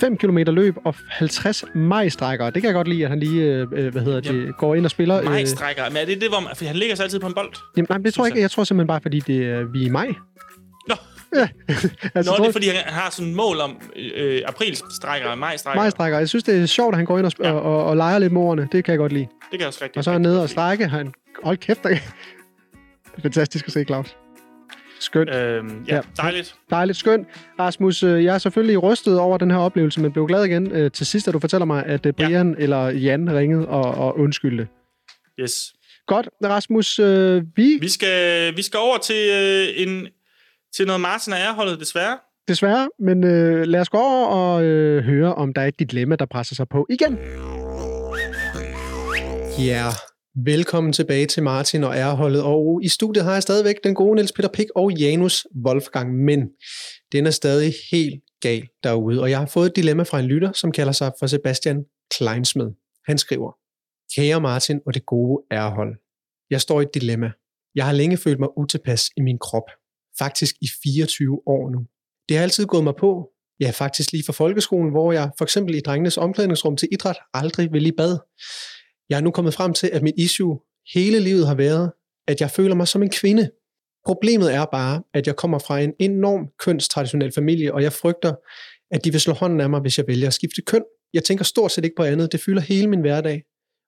Speaker 5: 5 km løb og 50 majstrækker. Det kan jeg godt lide, at han lige øh, øh, hvad hedder det, går ind og spiller. øh,
Speaker 3: Mike strækker. Men er det det, hvor man, for han ligger sig altid på en bold?
Speaker 5: jamen, nej, men det tror jeg
Speaker 3: synes
Speaker 5: ikke. Jeg tror simpelthen bare, fordi det er, vi er i maj.
Speaker 3: Nå.
Speaker 5: Ja. altså,
Speaker 3: Nå, det er
Speaker 5: tror,
Speaker 3: fordi, han har sådan et mål om øh, april strækker og maj strækker.
Speaker 5: majstrækker. Jeg synes, det er sjovt, at han går ind og, sp-
Speaker 3: Ja.
Speaker 5: og, og, og leger lidt med ordene. Det kan jeg godt lide.
Speaker 3: Det kan jeg også rigtig
Speaker 5: Og så er han nede og strække. Han, hold kæft, der... det er fantastisk at se, Claus. Skønt.
Speaker 3: Øhm, ja,
Speaker 5: Ja.
Speaker 3: dejligt.
Speaker 5: Dejligt skønt. Rasmus, øh, jeg er selvfølgelig rystet over den her oplevelse, men blev glad igen øh, til sidst, da du fortæller mig, at øh, Brian ja. eller Jan ringede og, og undskyldte.
Speaker 3: Yes.
Speaker 5: Godt, Rasmus, øh, vi, vi
Speaker 3: Vi skal, vi skal over til, øh, en, til noget Martin og jeg-holdet, desværre.
Speaker 5: desværre, men øh, lad os gå over og øh, høre, om der er et dilemma, der presser sig på igen.
Speaker 2: Ja, velkommen tilbage til Martin og Erholdet. Og i studiet har jeg stadigvæk den gode Niels Peter Pick og Janus Wolfgang, men den er stadig helt gal derude. Og jeg har fået et dilemma fra en lytter, som kalder sig for Sebastian Kleinsmed. Han skriver, Kære Martin og det gode Erhold, jeg står i et dilemma. Jeg har længe følt mig utilpas i min krop. Faktisk i 24 år nu. Det har altid gået mig på. Ja, faktisk lige fra folkeskolen, hvor jeg for eksempel i drengenes omklædningsrum til idræt aldrig ville i bad. Jeg er nu kommet frem til, at mit issue hele livet har været, at jeg føler mig som en kvinde. Problemet er bare, at jeg kommer fra en enorm kønstraditionel familie, og jeg frygter, at de vil slå hånden af mig, hvis jeg vælger at skifte køn. Jeg tænker stort set ikke på andet. Det fylder hele min hverdag,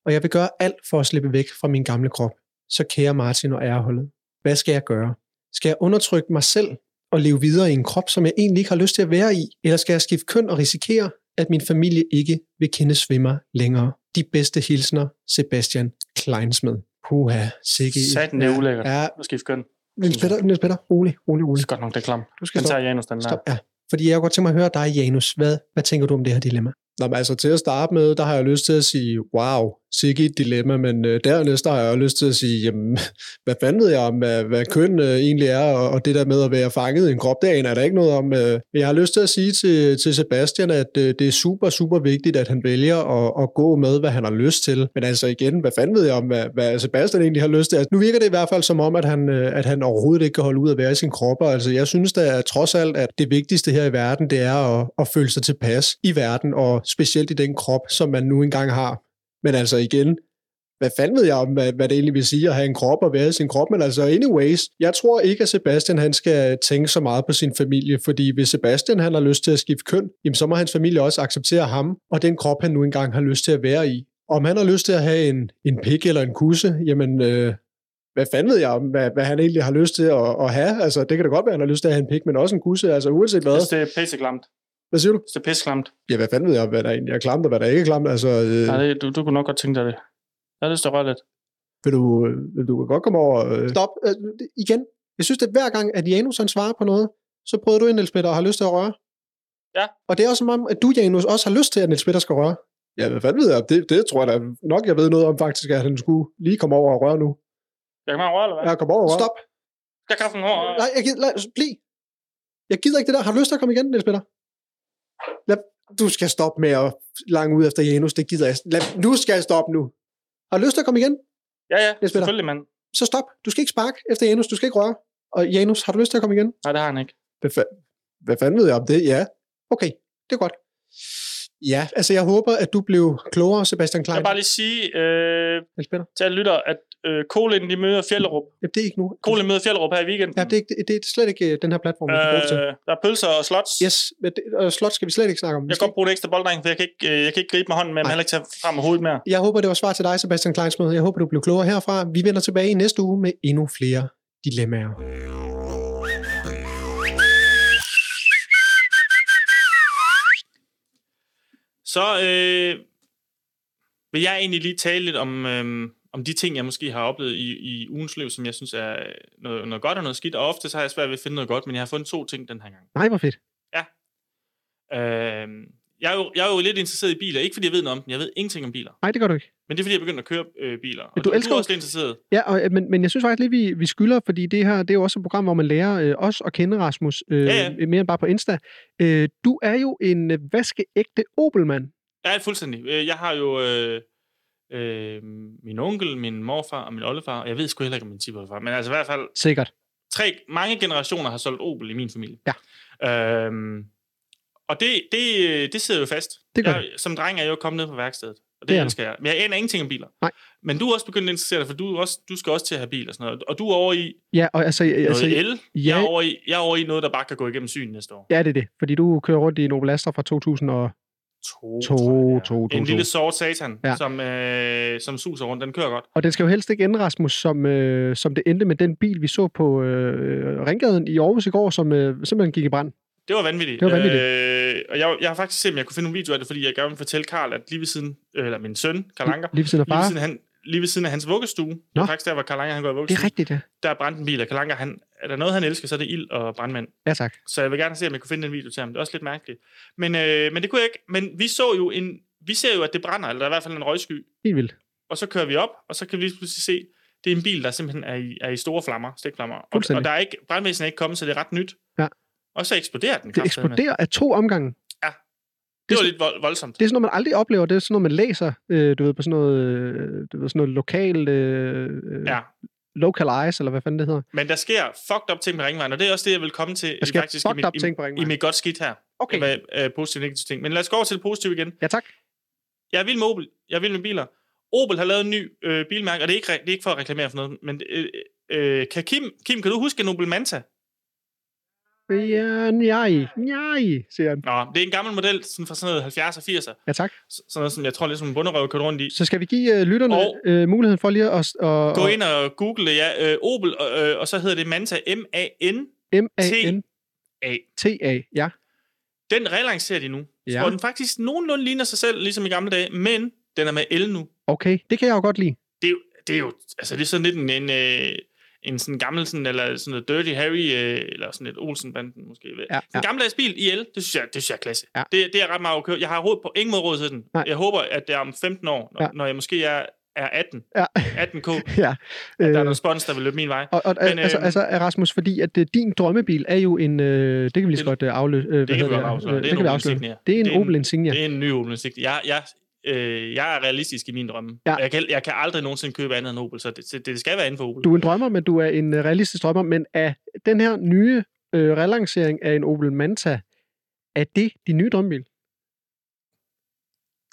Speaker 2: og jeg vil gøre alt for at slippe væk fra min gamle krop. Så kære Martin og æreholdet, hvad skal jeg gøre? Skal jeg undertrykke mig selv og leve videre i en krop, som jeg egentlig ikke har lyst til at være i? Eller skal jeg skifte køn og risikere, at min familie ikke vil kende svimmer længere? De bedste hilsner, Sebastian Kleinsmed. Puha, sikke.
Speaker 3: Satan, det er ulækkert.
Speaker 2: Ja,
Speaker 3: Nu skal vi skønne.
Speaker 2: Niels Peter, Niels Peter, rolig, rolig, rolig.
Speaker 3: godt nok, det er klam.
Speaker 2: Du skal stoppe.
Speaker 3: Janus, den
Speaker 2: Stop, ja. Fordi jeg kunne godt tænke mig at høre dig, Janus. Hvad, hvad tænker du om det her dilemma? Nå, men altså til at starte med, der har jeg lyst til at sige, wow, sikke et dilemma, men øh, dernæst der har jeg også lyst til at sige, jamen, hvad fanden ved jeg om, hvad, hvad køn øh, egentlig er, og, og det der med at være fanget i en krop, det er der ikke noget om. Øh. Jeg har lyst til at sige til, til Sebastian, at øh, det er super, super vigtigt, at han vælger at, at gå med, hvad han har lyst til. Men altså igen, hvad fanden ved jeg om, hvad, hvad Sebastian egentlig har lyst til? Altså, nu virker det i hvert fald som om, at han, øh, at han overhovedet ikke kan holde ud at være i sin krop, og altså jeg synes da at trods alt, at det vigtigste her i verden, det er at, at føle sig tilpas i verden, og specielt i den krop, som man nu engang har. Men altså igen, hvad fanden ved jeg om, hvad, hvad det egentlig vil sige at have en krop og være i sin krop, men altså anyways, jeg tror ikke, at Sebastian han skal tænke så meget på sin familie, fordi hvis Sebastian han har lyst til at skifte køn, jamen så må hans familie også acceptere ham og den krop, han nu engang har lyst til at være i. Om han har lyst til at have en, en pik eller en kusse, jamen øh, hvad fanden ved jeg om, hvad, hvad han egentlig har lyst til at, at have? Altså det kan da godt være, at han har lyst til at have en pik, men også en kusse, altså uanset hvad.
Speaker 3: det er pisseklamt.
Speaker 2: Hvad siger du?
Speaker 3: Hvis det er pisseklamt.
Speaker 2: Ja, hvad fanden ved jeg om, hvad der egentlig er klamt og hvad der ikke er klamt? Altså, øh,
Speaker 3: Nej, det, du, du kunne nok godt tænke dig det. Jeg har lyst til at røre lidt.
Speaker 2: Vil du, øh, vil du kan godt komme over... Øh... Stop. Øh, det- igen. Jeg synes, det er hver gang, at Janus han svarer på noget, så prøver du en Niels Peter og har lyst til at røre.
Speaker 3: Ja.
Speaker 2: Og det er også som om, at du, Janus, også har lyst til, at Niels Peter skal røre. Ja, hvad fanden ved jeg? Det, det tror jeg da nok, jeg ved noget om faktisk, at han skulle lige komme over og røre nu.
Speaker 3: Jeg kan bare røre, eller hvad?
Speaker 2: Ja, kom over og røre. Stop.
Speaker 3: Jeg kan en hår.
Speaker 2: Nej, jeg gider, lad, bliv. Jeg gider ikke det der. Har du lyst til at komme igen, Niels Peter? Lad, du skal stoppe med at lange ud efter Janus. Det gider jeg. Lad, nu skal jeg stoppe nu. Har du lyst til at komme igen?
Speaker 3: Ja, ja,
Speaker 2: Niels Peter.
Speaker 3: selvfølgelig, mand.
Speaker 5: så stop. Du skal ikke sparke efter Janus, du skal ikke røre. Og Janus, har du lyst til at komme igen?
Speaker 3: Nej, det har han ikke.
Speaker 5: Hvad, fa- hvad fanden ved jeg om det? Ja. Okay, det er godt. Ja, altså jeg håber, at du blev klogere, Sebastian
Speaker 3: Jeg
Speaker 5: Klein.
Speaker 3: vil bare lige sige øh,
Speaker 5: Niels Peter.
Speaker 3: til alle lytter, at øh, Kolin, de møder Fjellerup.
Speaker 5: Jamen, det er ikke nu.
Speaker 3: Kolin møder Fjellerup her i weekenden.
Speaker 5: Ja, det, er ikke, det er slet ikke øh, den her platform, vi skal bruge til.
Speaker 3: øh, der er pølser og slots.
Speaker 5: Yes, men det, og slot skal vi slet ikke snakke om. Vi
Speaker 3: Jeg
Speaker 5: skal
Speaker 3: kan godt bruge en ekstra bolddreng, for jeg kan ikke, øh, jeg kan ikke gribe med hånden med, men
Speaker 5: Nej.
Speaker 3: heller ikke tage frem med hovedet mere.
Speaker 5: Jeg håber, det var svar til dig, Sebastian Kleinsmed. Jeg håber, du blev klogere herfra. Vi vender tilbage i næste uge med endnu flere dilemmaer.
Speaker 3: Så øh, vil jeg egentlig lige tale lidt om, øh, om de ting, jeg måske har oplevet i, i ugens løb, som jeg synes er noget, noget godt og noget skidt. Og ofte så har jeg svært ved at finde noget godt, men jeg har fundet to ting den her gang.
Speaker 2: Nej, hvor fedt.
Speaker 3: Øh, jeg, er jo, jeg er jo lidt interesseret i biler. Ikke fordi jeg ved noget om dem. Jeg ved ingenting om biler.
Speaker 2: Nej, det gør du ikke.
Speaker 3: Men det er fordi, jeg er begyndt at køre øh, biler. Og
Speaker 2: Men du
Speaker 3: er
Speaker 2: elsker jo-
Speaker 3: også lidt interesseret.
Speaker 2: Ja, og, øh, men, men jeg synes faktisk lidt, vi, vi skylder, fordi det her det er jo også et program, hvor man lærer øh, os at kende Rasmus øh,
Speaker 3: Ja,
Speaker 2: ja, ja. mere end bare på Insta. Øh, du er jo en øh, vaskeægte Opelmand.
Speaker 3: Ja, fuldstændig. Øh, Jeg har jo øh, øh, min onkel, min morfar og min oldefar. Og jeg ved sgu heller ikke, om min tippefar. Men altså i hvert fald,
Speaker 2: Sikkert.
Speaker 3: tre, mange generationer har solgt Opel i min familie. Ja. Øhm, og det, det, øh, det sidder jo fast.
Speaker 2: Det gør
Speaker 3: jeg, Som dreng er jeg jo kommet ned på værkstedet,
Speaker 2: Det
Speaker 3: og det,
Speaker 2: er
Speaker 3: det
Speaker 2: du.
Speaker 3: elsker jeg. Men jeg aner ingenting om biler.
Speaker 2: Nej.
Speaker 3: Men du er også begyndt at interessere dig, for du, er også, du skal også til at have bil og sådan noget. Og du er over i
Speaker 2: Ja, og altså...
Speaker 3: noget
Speaker 2: altså
Speaker 3: el.
Speaker 2: ja.
Speaker 3: Jeg, er over i, jeg er over i noget, der bare kan gå igennem syn næste år.
Speaker 2: ja, det er det. Fordi du kører rundt i en Opel Astra fra 2000 og...
Speaker 3: To,
Speaker 2: To,
Speaker 3: tror jeg, det er.
Speaker 2: to, to,
Speaker 3: En
Speaker 2: to.
Speaker 3: lille sort satan,
Speaker 2: Ja.
Speaker 3: ja. som, øh, som suser rundt. Den kører godt.
Speaker 2: Og den skal jo helst ikke ende, Rasmus, som, øh, som det endte med den bil, vi så på øh, Ringgaden i Aarhus i går, som øh, simpelthen gik i brand.
Speaker 3: Det var vanvittigt.
Speaker 2: Det var
Speaker 3: Øh, og jeg, jeg har faktisk set, om jeg kunne finde nogle videoer af det, fordi jeg gerne vil fortælle Karl, at lige ved siden, øh, eller min søn, Karl Anker,
Speaker 2: Lige ved siden af
Speaker 3: lige ved,
Speaker 2: far.
Speaker 3: siden af han, lige ved siden af hans vuggestue. Det
Speaker 2: Nå.
Speaker 3: er faktisk der, hvor Karl Anker, han går i
Speaker 2: Det er
Speaker 3: vuggestue.
Speaker 2: rigtigt, ja.
Speaker 3: Der brændte en bil, og Karl Anker, han, er der noget, han elsker, så er det ild og brandmænd.
Speaker 2: Ja, tak.
Speaker 3: Så jeg vil gerne se, om jeg kunne finde den video til ham. Det er også lidt mærkeligt. Men, øh, men det kunne jeg ikke. Men vi så jo en, vi ser jo, at det brænder, eller der er i hvert fald en røgsky.
Speaker 2: Helt vildt.
Speaker 3: Og så kører vi op, og så kan vi lige pludselig se, det er en bil, der simpelthen er i, er i store flammer, stikflammer. Og,
Speaker 2: Fuldstændig.
Speaker 3: og der er ikke, brandvæsenet er ikke kommet, så det er ret nyt.
Speaker 2: Ja.
Speaker 3: Og så eksploderer den.
Speaker 2: Det
Speaker 3: kraftedeme.
Speaker 2: eksploderer af to omgange.
Speaker 3: Det var
Speaker 2: Det-
Speaker 3: lidt vold, voldsomt.
Speaker 2: Det er sådan noget, man aldrig oplever. Det er sådan noget, man læser, øh, du ved, på sådan noget, øh, du ved, sådan noget lokal... Øh, ja.
Speaker 3: Ja.
Speaker 2: Localize, eller hvad fanden det hedder.
Speaker 3: Men der sker fucked up ting med ringvejen, og det er også det, jeg vil komme til
Speaker 2: Jeg skal
Speaker 3: faktisk i
Speaker 2: fucked
Speaker 3: mit,
Speaker 2: up
Speaker 3: i,
Speaker 2: ting på
Speaker 3: i
Speaker 2: ringen.
Speaker 3: mit godt skidt her.
Speaker 2: Okay.
Speaker 3: Med øh, positive og negative ting. Men lad os gå over til det positive igen.
Speaker 2: Ja, tak.
Speaker 3: Jeg vil med Opel. Jeg vil med biler. Opel har lavet en ny øh, bilmærke, og det er, ikke, re- det er ikke for at reklamere for noget, men øh, øh, kan Kim, Kim, kan du huske en Opel Manta?
Speaker 2: Ja, nej, nej, siger han.
Speaker 3: Nå, det er en gammel model sådan fra sådan noget 70'er, 80'er.
Speaker 2: Ja, tak.
Speaker 3: Så- Sådan noget, som jeg tror lidt som en bunderøv kørte rundt i.
Speaker 2: Så skal vi give øh, lytterne
Speaker 3: Og-
Speaker 2: øh, muligheden for lige at... Og,
Speaker 3: Gå ind og google det, ja. Øh, Opel, og, øh, og så hedder det Manta. M-A-N.
Speaker 2: M-A-N-T-A.
Speaker 3: A.
Speaker 2: Ja,
Speaker 3: Den relancerer de nu.
Speaker 2: Ja.
Speaker 3: Ja. Hvor den faktisk nogenlunde ligner sig selv, ligesom i gamle dage, men den er med el nu.
Speaker 2: okay. Det kan jeg jo godt lide.
Speaker 3: det er jo, det er jo altså det er sådan lidt en, en, øh, en sådan gammel, sådan, eller sådan noget Dirty Harry, øh, eller sådan lidt Olsen-banden måske.
Speaker 2: Ja,
Speaker 3: Ja,
Speaker 2: ja.
Speaker 3: ja. En gammeldags bil i el, det synes jeg, det synes jeg er klasse.
Speaker 2: Ja.
Speaker 3: Ja. Det, det er ret meget okay. Jeg har overhovedet på ingen måde råd til den.
Speaker 2: Nej.
Speaker 3: Nej. Jeg håber, at det er om 15 år, når,
Speaker 2: Ja.
Speaker 3: ja. når jeg måske er, er 18,
Speaker 2: Ja. Øh,
Speaker 3: 18k,
Speaker 2: ja.
Speaker 3: at der er
Speaker 2: Øh,
Speaker 3: noget spons, der vil løbe min vej.
Speaker 2: og, og Men,
Speaker 3: Men,
Speaker 2: altså,
Speaker 3: øhm,
Speaker 2: altså, Rasmus, fordi at øh, din drømmebil er jo en... Øh, det kan vi lige så
Speaker 3: Det-
Speaker 2: godt øh, afløse. Øh, hvad
Speaker 3: Det kan
Speaker 2: hedder
Speaker 3: vi godt
Speaker 2: Øh,
Speaker 3: afsløre. Det er
Speaker 2: Det
Speaker 3: en
Speaker 2: kan vi
Speaker 3: Opel
Speaker 2: afsløre.
Speaker 3: Insignia.
Speaker 2: Det er en
Speaker 3: Det er en-
Speaker 2: Opel Insignia.
Speaker 3: Ja. Det er en ny Opel Insignia. Jeg, jeg, øh, jeg er realistisk i mine drømme.
Speaker 2: Ja.
Speaker 3: Ja. Jeg, kan, jeg kan aldrig nogensinde købe andet end Opel, så det, så det, det skal være inden for Opel.
Speaker 2: Du er en drømmer, men du er en øh, realistisk drømmer. Men er den her nye øh, relancering af en Opel Manta, er det din nye drømmebil?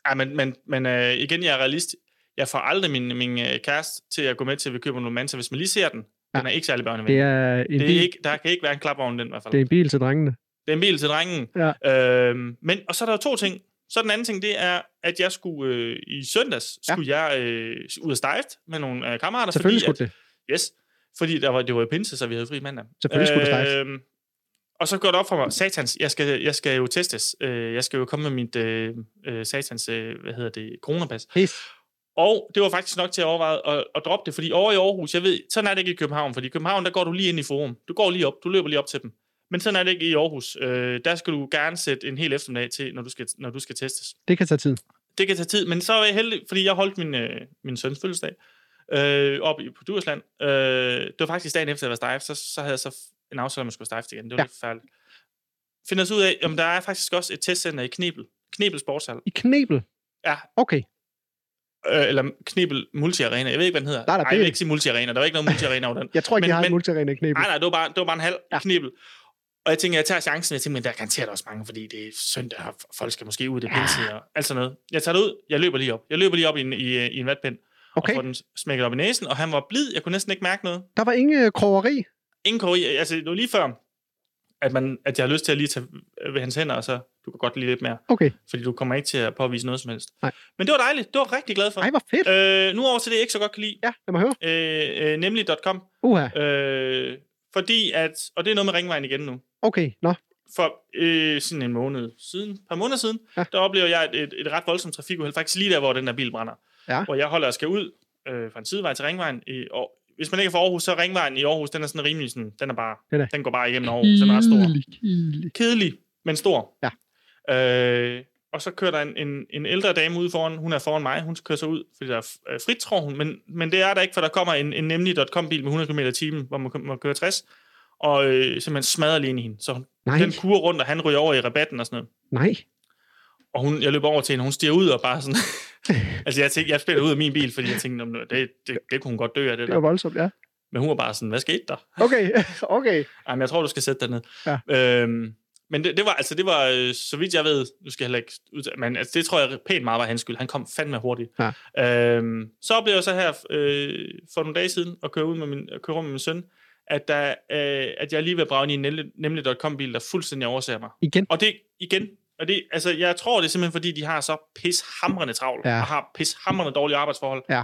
Speaker 3: Ej, men, men, men øh, igen, jeg er realist. Jeg får aldrig min, min øh, kæreste til at gå med til, at vi køber nogle Manta, hvis man lige ser den.
Speaker 2: Ja.
Speaker 3: Ja. Den er ikke særlig børnevenlig.
Speaker 2: Det er en,
Speaker 3: Det
Speaker 2: bil,
Speaker 3: er ikke, der kan ikke være en klapvogn den i hvert fald.
Speaker 2: det er
Speaker 3: Det,
Speaker 2: en bil til drengene.
Speaker 3: er en bil til drengen.
Speaker 2: Ja.
Speaker 3: Øhm, men, og så er der jo to ting. Så den anden ting, det er, at jeg skulle øh, i søndags,
Speaker 2: Ja.
Speaker 3: skulle jeg øh, ud og stejft med nogle øh, kammerater.
Speaker 2: Selvfølgelig
Speaker 3: fordi,
Speaker 2: skulle det.
Speaker 3: at, Yes, fordi der var, det var jo pinse, så vi havde fri mandag.
Speaker 2: Selvfølgelig skulle der stejft.
Speaker 3: Øhm, og så går det op for mig, satans, jeg skal, jeg skal jo testes. Øh, jeg skal jo komme med mit øh, øh, satans, øh, hvad hedder det, coronapas.
Speaker 2: Pis.
Speaker 3: Og det var faktisk nok til at overveje at, at droppe det, fordi over i Aarhus, jeg ved, sådan er det ikke i København, fordi i København, der går du lige ind i forum. Du går lige op, du løber lige op til dem. Men sådan er det ikke i Aarhus. Øh, der skal du gerne sætte en hel eftermiddag til, når du skal, når du skal testes.
Speaker 2: Det kan tage tid.
Speaker 3: Det kan tage tid, men så er jeg heldig, fordi jeg holdt min, øh, min søns fødselsdag øh, op i, på Djursland. Øh, det var faktisk dagen efter, at jeg var stejf, så, så havde jeg så f- en aftale, om jeg skulle stejft igen. Det var
Speaker 2: Ja.
Speaker 3: ja. lidt forfærdeligt. Finder så ud af, om der er faktisk også et testcenter i Knebel. Knebel Sportshal.
Speaker 2: I knebel?
Speaker 3: Ja.
Speaker 2: Okay.
Speaker 3: øh, eller Knebel Multiarena. Jeg ved ikke, hvad den hedder.
Speaker 2: Nej, nej,
Speaker 3: Ej,
Speaker 2: det-
Speaker 3: jeg vil ikke sige Multiarena. Der var ikke noget Multiarena over den.
Speaker 2: Jeg tror ikke,
Speaker 3: Men-
Speaker 2: de har en
Speaker 3: men-
Speaker 2: multiarena knæb.
Speaker 3: Nej, nej, det var bare, det var bare en halv ja. knibel. Og jeg tænker, jeg tager chancen. Jeg tænker, men der er garanteret også mange, fordi det er søndag, og folk skal måske ud, det er pinse og alt sådan noget. Jeg tager det ud, jeg løber lige op. Jeg løber lige op i en, i, øh, i en vatpind,
Speaker 2: Okay,
Speaker 3: og får den smækket op i næsen, og han var blid. Jeg kunne næsten ikke mærke noget.
Speaker 2: der var ingen øh, krogeri.
Speaker 3: Ingen kori. Altså, det var lige før, at, man, at jeg har lyst til at lige tage øh, ved hans hænder, og så du kan godt lige lidt mere,
Speaker 2: Okay.
Speaker 3: fordi du kommer ikke til at påvise noget som helst.
Speaker 2: Nej.
Speaker 3: Men det var dejligt. Det var jeg rigtig glad for.
Speaker 2: Ej, hvor fedt.
Speaker 3: Øh, nu over til det, jeg ikke så godt kan lide.
Speaker 2: Ja, lad mig høre.
Speaker 3: Øh, øh, nemlig.com.
Speaker 2: Uha,
Speaker 3: Øh, fordi at, og det er noget med ringvejen igen nu.
Speaker 2: okay, nå.
Speaker 3: for øh, sådan en måned siden, et par måneder siden,
Speaker 2: Ja.
Speaker 3: ja. der oplever jeg et, et, et ret voldsomt trafikuheld, faktisk lige der, hvor den der bil brænder.
Speaker 2: Ja.
Speaker 3: Hvor jeg holder og skal ud øh, fra en sidevej til ringvejen. I, og hvis man ikke er fra Aarhus, så er ringvejen i Aarhus, den er sådan rimelig sådan, den er bare,
Speaker 2: Den
Speaker 3: den,
Speaker 2: er
Speaker 3: er. den går bare igennem Aarhus, den er ret stor.
Speaker 2: Kedelig.
Speaker 3: Kedelig, men stor.
Speaker 2: Ja.
Speaker 3: Øh, og så kører der en, en, en ældre dame ude foran, hun er foran mig, hun kører så ud, fordi der er f- øh, frit, tror hun, men, men det er der ikke, for der kommer en, en nemlig.com-bil med 100 km i timen, hvor man kan- må køre 60, og øh, simpelthen smadrer lige ind i hende, så hun
Speaker 2: Nej,
Speaker 3: den kurer rundt, og han ryger over i rabatten og sådan noget.
Speaker 2: nej.
Speaker 3: Og hun, jeg løber over til hende, hun stiger ud og bare sådan... altså jeg tænkte, jeg spiller ud af min bil, fordi jeg tænkte, "Nå, men det, det, det kunne hun godt dø af det
Speaker 2: Det var
Speaker 3: der.
Speaker 2: voldsomt, ja.
Speaker 3: Men hun var bare sådan, hvad skete der?
Speaker 2: Okay, okay.
Speaker 3: Ej, men jeg tror, du skal sætte dig ned. Ja. Øhm, men det, det, var, altså, det var, øh, så vidt jeg ved, nu skal jeg heller ikke udtale, men altså, det tror jeg pænt meget var hans skyld. Han kom fandme hurtigt. Ja. Øhm, så oplevede jeg så her øh, for nogle dage siden, at køre, ud med min, at køre rundt med min søn, at, der, øh, at jeg er lige ved at brage ind i en nemlig- nemlig.com-bil, der fuldstændig overser mig.
Speaker 2: Igen.
Speaker 3: Og det igen, og det, altså, jeg tror, det er simpelthen, fordi de har så pishamrende travlt,
Speaker 2: Ja.
Speaker 3: ja. og har pishamrende dårlige arbejdsforhold.
Speaker 2: Ja.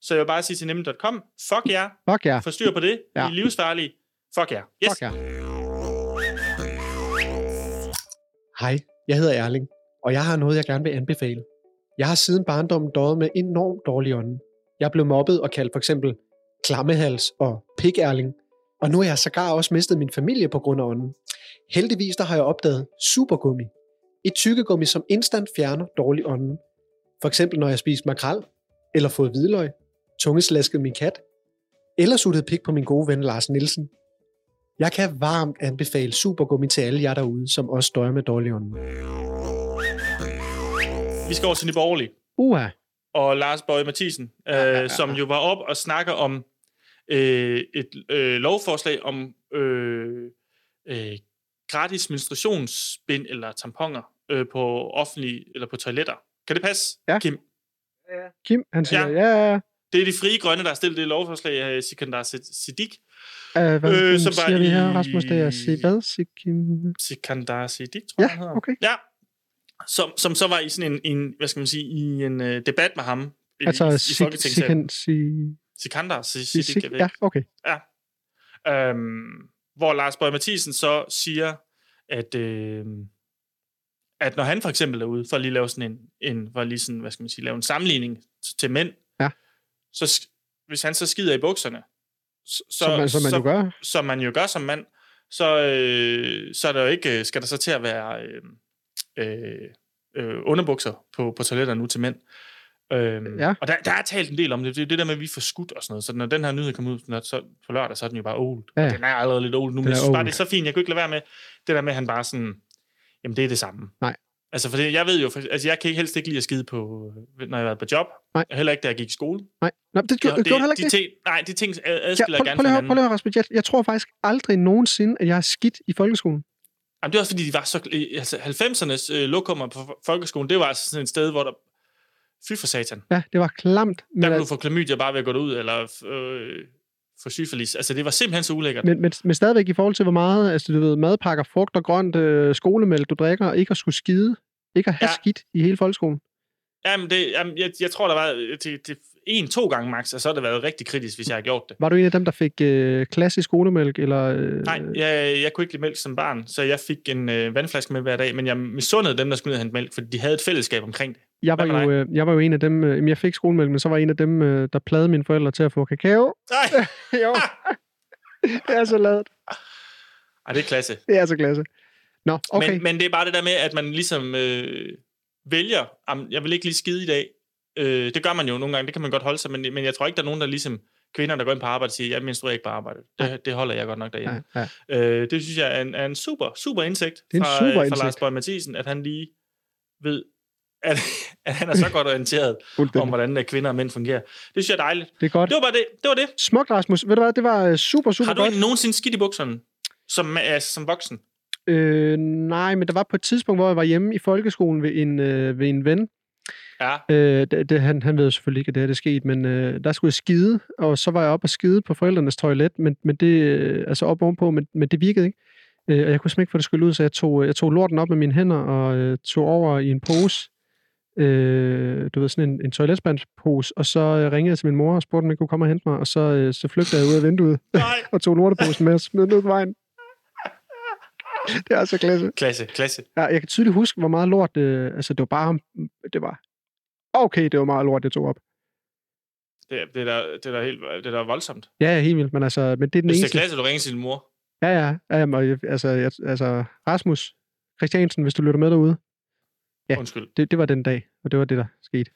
Speaker 3: Så jeg vil bare sige til nemlig.com, fuck jer,
Speaker 2: Fuck ja.
Speaker 3: ja. forstyr på det,
Speaker 2: Ja.
Speaker 3: ja. I er livsfarlige, fuck jer. Yes.
Speaker 2: Fuck ja.
Speaker 5: Hej, jeg hedder Erling, og jeg har noget, jeg gerne vil anbefale. Jeg har siden barndommen døjet med enormt dårlig ånden. Jeg blev mobbet og kaldt for eksempel klammehals og pikærling, og nu har jeg sågar også mistet min familie på grund af ånden. Heldigvis der har jeg opdaget supergummi. Et tykkegummi, som instant fjerner dårlig ånden. For eksempel når jeg spiser makrel, eller fået hvidløg, tungeslasket min kat, eller suttet pik på min gode ven Lars Nielsen. Jeg kan varmt anbefale supergummi til alle jer derude, som også døjer med dårlig ånden.
Speaker 3: Vi skal over til Nye Borgerlige,
Speaker 2: Uha.
Speaker 3: og Lars Bøge Mathisen, øh, ja, ja, ja. som jo var op og snakker om øh, et øh, lovforslag om øh, øh, gratis menstruationsbind eller tamponer øh, på offentlige, eller på toiletter. Kan det passe,
Speaker 2: Ja.
Speaker 3: Kim?
Speaker 2: Kim, han siger, ja, ja.
Speaker 3: Det er de frie grønne, der har stillet det lovforslag, øh, Sikandar Siddiq.
Speaker 2: Øh, hvad
Speaker 3: Øh,
Speaker 2: øh,
Speaker 3: så
Speaker 2: siger
Speaker 3: bare
Speaker 2: vi her,
Speaker 3: i-
Speaker 2: Rasmus? Det er sig hvad, sig Kim?
Speaker 3: Sikandar Siddiq, tror jeg,
Speaker 2: Ja,
Speaker 3: han hedder.
Speaker 2: okay.
Speaker 3: Ja, som, som så var i sådan en, en, hvad skal man sige, i en øh, debat med ham øh,
Speaker 2: Altså,
Speaker 3: i, i
Speaker 2: sig, sig,
Speaker 3: Folketingssalen.
Speaker 2: kan sige...
Speaker 3: Sikandar
Speaker 2: Sig,
Speaker 3: Siddiq,
Speaker 2: sig,
Speaker 3: jeg ved
Speaker 2: ja,
Speaker 3: ikke.
Speaker 2: okay.
Speaker 3: Øhm, hvor Lars Bøge Mathisen så siger, at, øh, at når han for eksempel er ude for at lige lave sådan en, en for lige sådan, hvad skal man sige, lave en sammenligning t- til mænd,
Speaker 2: Ja.
Speaker 3: så sk- hvis han så skider i bukserne, så, så,
Speaker 2: Som, man, som man
Speaker 3: så,
Speaker 2: jo gør.
Speaker 3: som man jo gør som mand, så, øh, så er der jo ikke, øh, skal der så til at være øh, øh, øh, underbukser på, på toiletter nu til mænd. Øhm,
Speaker 2: Ja.
Speaker 3: Og der, der er talt en del om det, det er det der med, at vi får skudt og sådan noget. Så når den her nyhed kommer ud når, så, på lørdag, så er den jo bare old.
Speaker 2: Ja,
Speaker 3: Ja.
Speaker 2: ja.
Speaker 3: Og den er allerede lidt old nu,
Speaker 2: Den
Speaker 3: men jeg
Speaker 2: er
Speaker 3: synes bare,
Speaker 2: old.
Speaker 3: det er så fint. Jeg kunne ikke lade være med det der med, at han bare sådan, jamen det er det samme.
Speaker 2: Nej.
Speaker 3: Altså, for det, jeg ved jo, for, altså, jeg kan ikke helst ikke lide at skide på, øh, når jeg har været på job.
Speaker 2: Nej.
Speaker 3: Heller ikke, da jeg gik i skole.
Speaker 2: Nej, Nå, det gjorde,
Speaker 3: Ja,
Speaker 2: gjorde du heller ikke
Speaker 3: de
Speaker 2: det.
Speaker 3: ting, nej, de ting
Speaker 2: Ja,
Speaker 3: ad- adskiller
Speaker 2: prøv, prøv,
Speaker 3: jeg gerne fra
Speaker 2: lige at høre,
Speaker 3: hinanden.
Speaker 2: prøv lige at høre, Rasmus. Jeg, jeg tror faktisk aldrig nogensinde, at jeg har skidt i folkeskolen.
Speaker 3: Jamen, det er også fordi, de var så... Altså, 90'ernes øh, lokummer på fo- folkeskolen, det var altså sådan et sted, hvor der... Fy for satan. Der
Speaker 2: Ja, det var klamt. Men,
Speaker 3: kunne du
Speaker 2: at-
Speaker 3: få klamydia bare ved at gå derud, eller øh, få syfilis. Altså, det var simpelthen så ulækkert.
Speaker 2: men, men, men stadigvæk i forhold til, hvor meget altså, du ved, madpakker, frugt og grønt, øh, skolemælk, du drikker, ikke at skulle skide, ikke at have ja.
Speaker 3: Ja.
Speaker 2: skidt i hele folkeskolen.
Speaker 3: Jamen, det, jamen jeg, jeg tror, der var øh, det, det, en, to gange max, og så har det været rigtig kritisk, hvis jeg har gjort det.
Speaker 2: Var du en af dem, der fik øh, klassisk skolemælk? Eller, øh,
Speaker 3: Nej, jeg, jeg kunne ikke lide mælk som barn, så jeg fik en øh, vandflaske med hver dag, men jeg misundede dem, der skulle ned og hente mælk, fordi de havde et fællesskab omkring det.
Speaker 2: jeg, var
Speaker 3: hvad med
Speaker 2: jo, øh, jeg var jo en af dem, øh, jamen, jeg fik skolemælk, men så var jeg en af dem, øh, der plagede mine forældre til at få kakao.
Speaker 3: Nej,
Speaker 2: jo. det er så ladet.
Speaker 3: Ej, det er klasse.
Speaker 2: Det er så klasse. Nå, okay.
Speaker 3: Okay. Men, men det er bare det der med, at man ligesom øh, vælger, "Jamen, jeg vil ikke lige skide i dag. Øh, det gør man jo nogle gange, det kan man godt holde sig, men, men jeg tror ikke, der er nogen, der ligesom kvinder, der går ind på arbejde og siger, jeg menstruerer ikke på arbejde. Det, det holder jeg godt nok derhjemme.
Speaker 2: ja, ja.
Speaker 3: Øh, det synes jeg er en, er en super, super indsigt
Speaker 2: Det er en
Speaker 3: fra,
Speaker 2: super
Speaker 3: øh, fra
Speaker 2: indsigt.
Speaker 3: Lars Borg Mathisen, at han lige ved, at, at han er så godt orienteret om, hvordan øh, kvinder og mænd fungerer. Det synes jeg er dejligt.
Speaker 2: Det er godt.
Speaker 3: Det var bare det. det, var det.
Speaker 2: Smukt, Rasmus. Ved du hvad, det var øh, super, super
Speaker 3: Har du
Speaker 2: godt.
Speaker 3: ikke nogensinde skidt i bukserne? Som, altså, som voksen?
Speaker 2: Øh, nej, men der var på et tidspunkt, hvor jeg var hjemme i folkeskolen ved en, øh, ved en ven.
Speaker 3: Ja.
Speaker 2: Øh, det, det, han, han ved jo selvfølgelig ikke, at det her det er sket, men øh, der skulle jeg skide, og så var jeg oppe og skide på forældrenes toilet, men, men det, øh, altså op ovenpå, men, men det virkede ikke. Øh, og jeg kunne simpelthen ikke få det skyllet ud, så jeg tog, øh, jeg tog lorten op med mine hænder og øh, tog over i en pose. Øh, du ved, sådan en, en toiletspandspose, og så øh, ringede jeg til min mor og spurgte, om jeg kunne komme og hente mig, og så, øh, så flygtede jeg ud af vinduet
Speaker 3: Nej.
Speaker 2: og tog lorteposen med og smed den ud på vejen. Det er så klasse.
Speaker 3: Klasse, klasse.
Speaker 2: Ja, jeg kan tydeligt huske, hvor meget lort... Øh, altså, det var bare... Det var... Okay, det var meget lort, jeg tog op.
Speaker 3: Det, er- det, er, da- det, er, da helt, det er da voldsomt.
Speaker 2: Ja, ja, helt vildt, men altså... Men det er den
Speaker 3: Hvis det er
Speaker 2: eneste...
Speaker 3: klasse, du ringer til din mor.
Speaker 2: Ja, ja. ja jamen, og jeg, altså, jeg, altså, Rasmus Christiansen, hvis du lytter med derude, Ja.
Speaker 3: Ja. Undskyld.
Speaker 2: det, det var den dag, og det var det, der skete.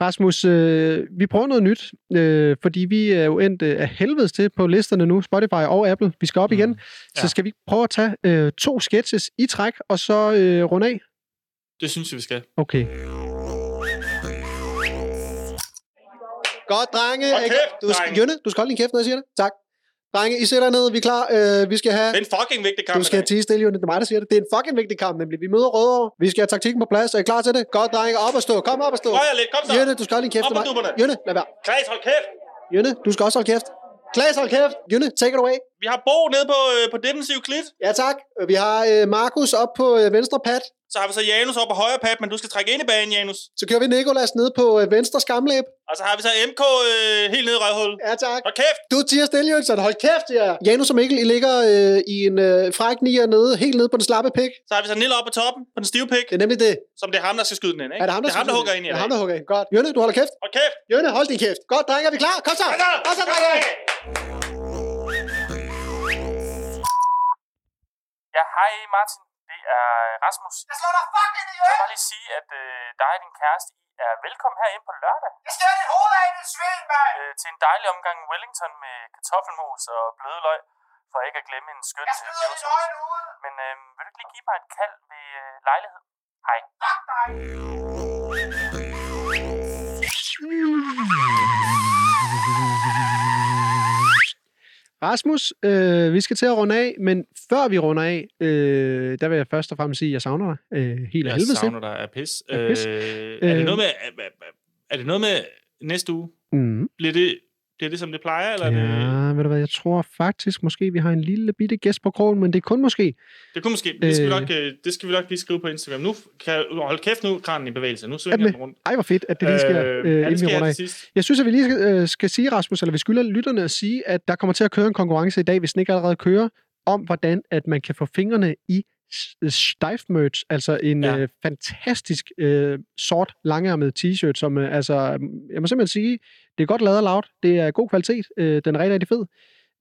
Speaker 2: Rasmus, øh, vi prøver noget nyt, øh, fordi vi er jo endt øh, af helvedes til på listerne nu, Spotify og Apple. Vi skal op mm. igen, ja.
Speaker 3: ja.
Speaker 2: så skal vi ikke prøve at tage øh, to sketches i træk, og så øh, runde af.
Speaker 3: Det synes jeg, vi skal.
Speaker 2: Okay.
Speaker 5: Godt, drenge.
Speaker 3: Hold
Speaker 5: Ikke-
Speaker 3: kæft,
Speaker 5: du,
Speaker 3: drenge.
Speaker 5: Jønne, du skal holde din kæft, når jeg siger det. Tak. Drenge, I sætter jer ned. Vi er klar. Øh, vi skal have...
Speaker 3: Det er en fucking vigtig kamp.
Speaker 5: Du
Speaker 3: i
Speaker 5: skal
Speaker 3: dag.
Speaker 5: tige stille, Jønne. Det er mig, der siger det. Det er en fucking vigtig kamp, nemlig. Vi møder Rødovre. Vi skal have taktikken på plads. Er I klar til det? Godt, drenge. Op og stå. Kom op og stå.
Speaker 3: Rør jer lidt, kom så.
Speaker 5: Jønne, du skal holde din kæft.
Speaker 3: Op
Speaker 5: det er
Speaker 3: med
Speaker 5: mig.
Speaker 3: dupperne.
Speaker 5: Jønne, lad være.
Speaker 3: Klaas, hold kæft!
Speaker 5: Jønne, du skal også holde kæft. Klaas, hold kæft. Jønne, take it away.
Speaker 3: Vi har Bo nede på, øh, på defensiv klit.
Speaker 5: Ja, tak. Vi har øh, Markus op på øh, venstre pat.
Speaker 3: Så har vi så Janus op på højre pat, men du skal trække ind i banen, Janus.
Speaker 5: Så kører vi Nikolas ned på øh, venstre skamlæb.
Speaker 3: Og så har vi så MK øh, helt nede i røvhullet.
Speaker 5: Ja, tak.
Speaker 3: Hold kæft!
Speaker 5: Du tiger stille, Jønsson. Hold kæft, ja. Janus og Mikkel, I ligger øh, i en øh, fræk nier nede, helt nede på den slappe pik.
Speaker 3: Så har vi så Nille op på toppen, på den stive pik,
Speaker 5: Det er nemlig det.
Speaker 3: som det er ham, der skal skyde den ind, ikke?
Speaker 5: Er det ham, der,
Speaker 3: det er ham, der
Speaker 5: skal-
Speaker 3: hugger ind i
Speaker 5: Er
Speaker 3: dag.
Speaker 5: det ham, der hugger ind. Godt. Jønne, du holder kæft.
Speaker 3: Hold kæft!
Speaker 5: Jønne, hold din kæft. Godt, drenge, er vi klar? Kom så.
Speaker 3: Kom så!
Speaker 5: Kom så, drenge.
Speaker 7: Ja, hej Martin. Det er Rasmus. Jeg slår dig fucking i Jeg vil bare lige sige, at øh, dig og din kæreste I er velkommen herinde på lørdag. Jeg skal dit hoved af det svin, mand! Øh, til en dejlig omgang Wellington med kartoffelmos og bløde løg, for ikke at glemme en skøn Jeg smider dit øjne ud! Men øh, vil du ikke lige give mig et kald ved øh, lejlighed? Hej. Fuck dig!
Speaker 2: Rasmus, øh, vi skal til at runde af, men før vi runder af, øh, der vil jeg først og fremmest sige, at jeg savner dig øh, helt af
Speaker 3: Jeg
Speaker 2: helvede. til.
Speaker 3: savner dig af pis.
Speaker 2: Af pis.
Speaker 3: Øh, er, det
Speaker 2: Øh.
Speaker 3: noget med, er, er- er det noget med næste uge?
Speaker 2: Mm.
Speaker 3: Bliver det, bliver det som det plejer, eller ja. det,
Speaker 2: Ja, ved du hvad, jeg tror faktisk måske, vi har en lille bitte gæst på krogen, men det er kun måske.
Speaker 3: det kunne måske, det skal, vi
Speaker 2: Øh.
Speaker 3: nok, øh, det skal vi nok lige skrive på Instagram. Nu kan hold kæft nu, kranen i bevægelse. Nu
Speaker 2: Er
Speaker 3: svinger
Speaker 2: den
Speaker 3: den rundt.
Speaker 2: Ej, hvor fedt, at det lige sker, øh,
Speaker 3: ja, det
Speaker 2: inden vi
Speaker 3: sker
Speaker 2: runder
Speaker 3: til
Speaker 2: af.
Speaker 3: sidst.
Speaker 2: Jeg synes, at vi lige skal, øh, skal sige, Rasmus, eller vi skylder lytterne at sige, at der kommer til at køre en konkurrence i dag, hvis den ikke allerede kører, om hvordan at man kan få fingrene i Steiff merch, altså en ja.
Speaker 3: Ja.
Speaker 2: øh, fantastisk øh, sort langærmet t-shirt, som øh, altså, jeg må simpelthen sige, det er godt lavet og lavet, det er god kvalitet, øh, den er rigtig, rigtig fed.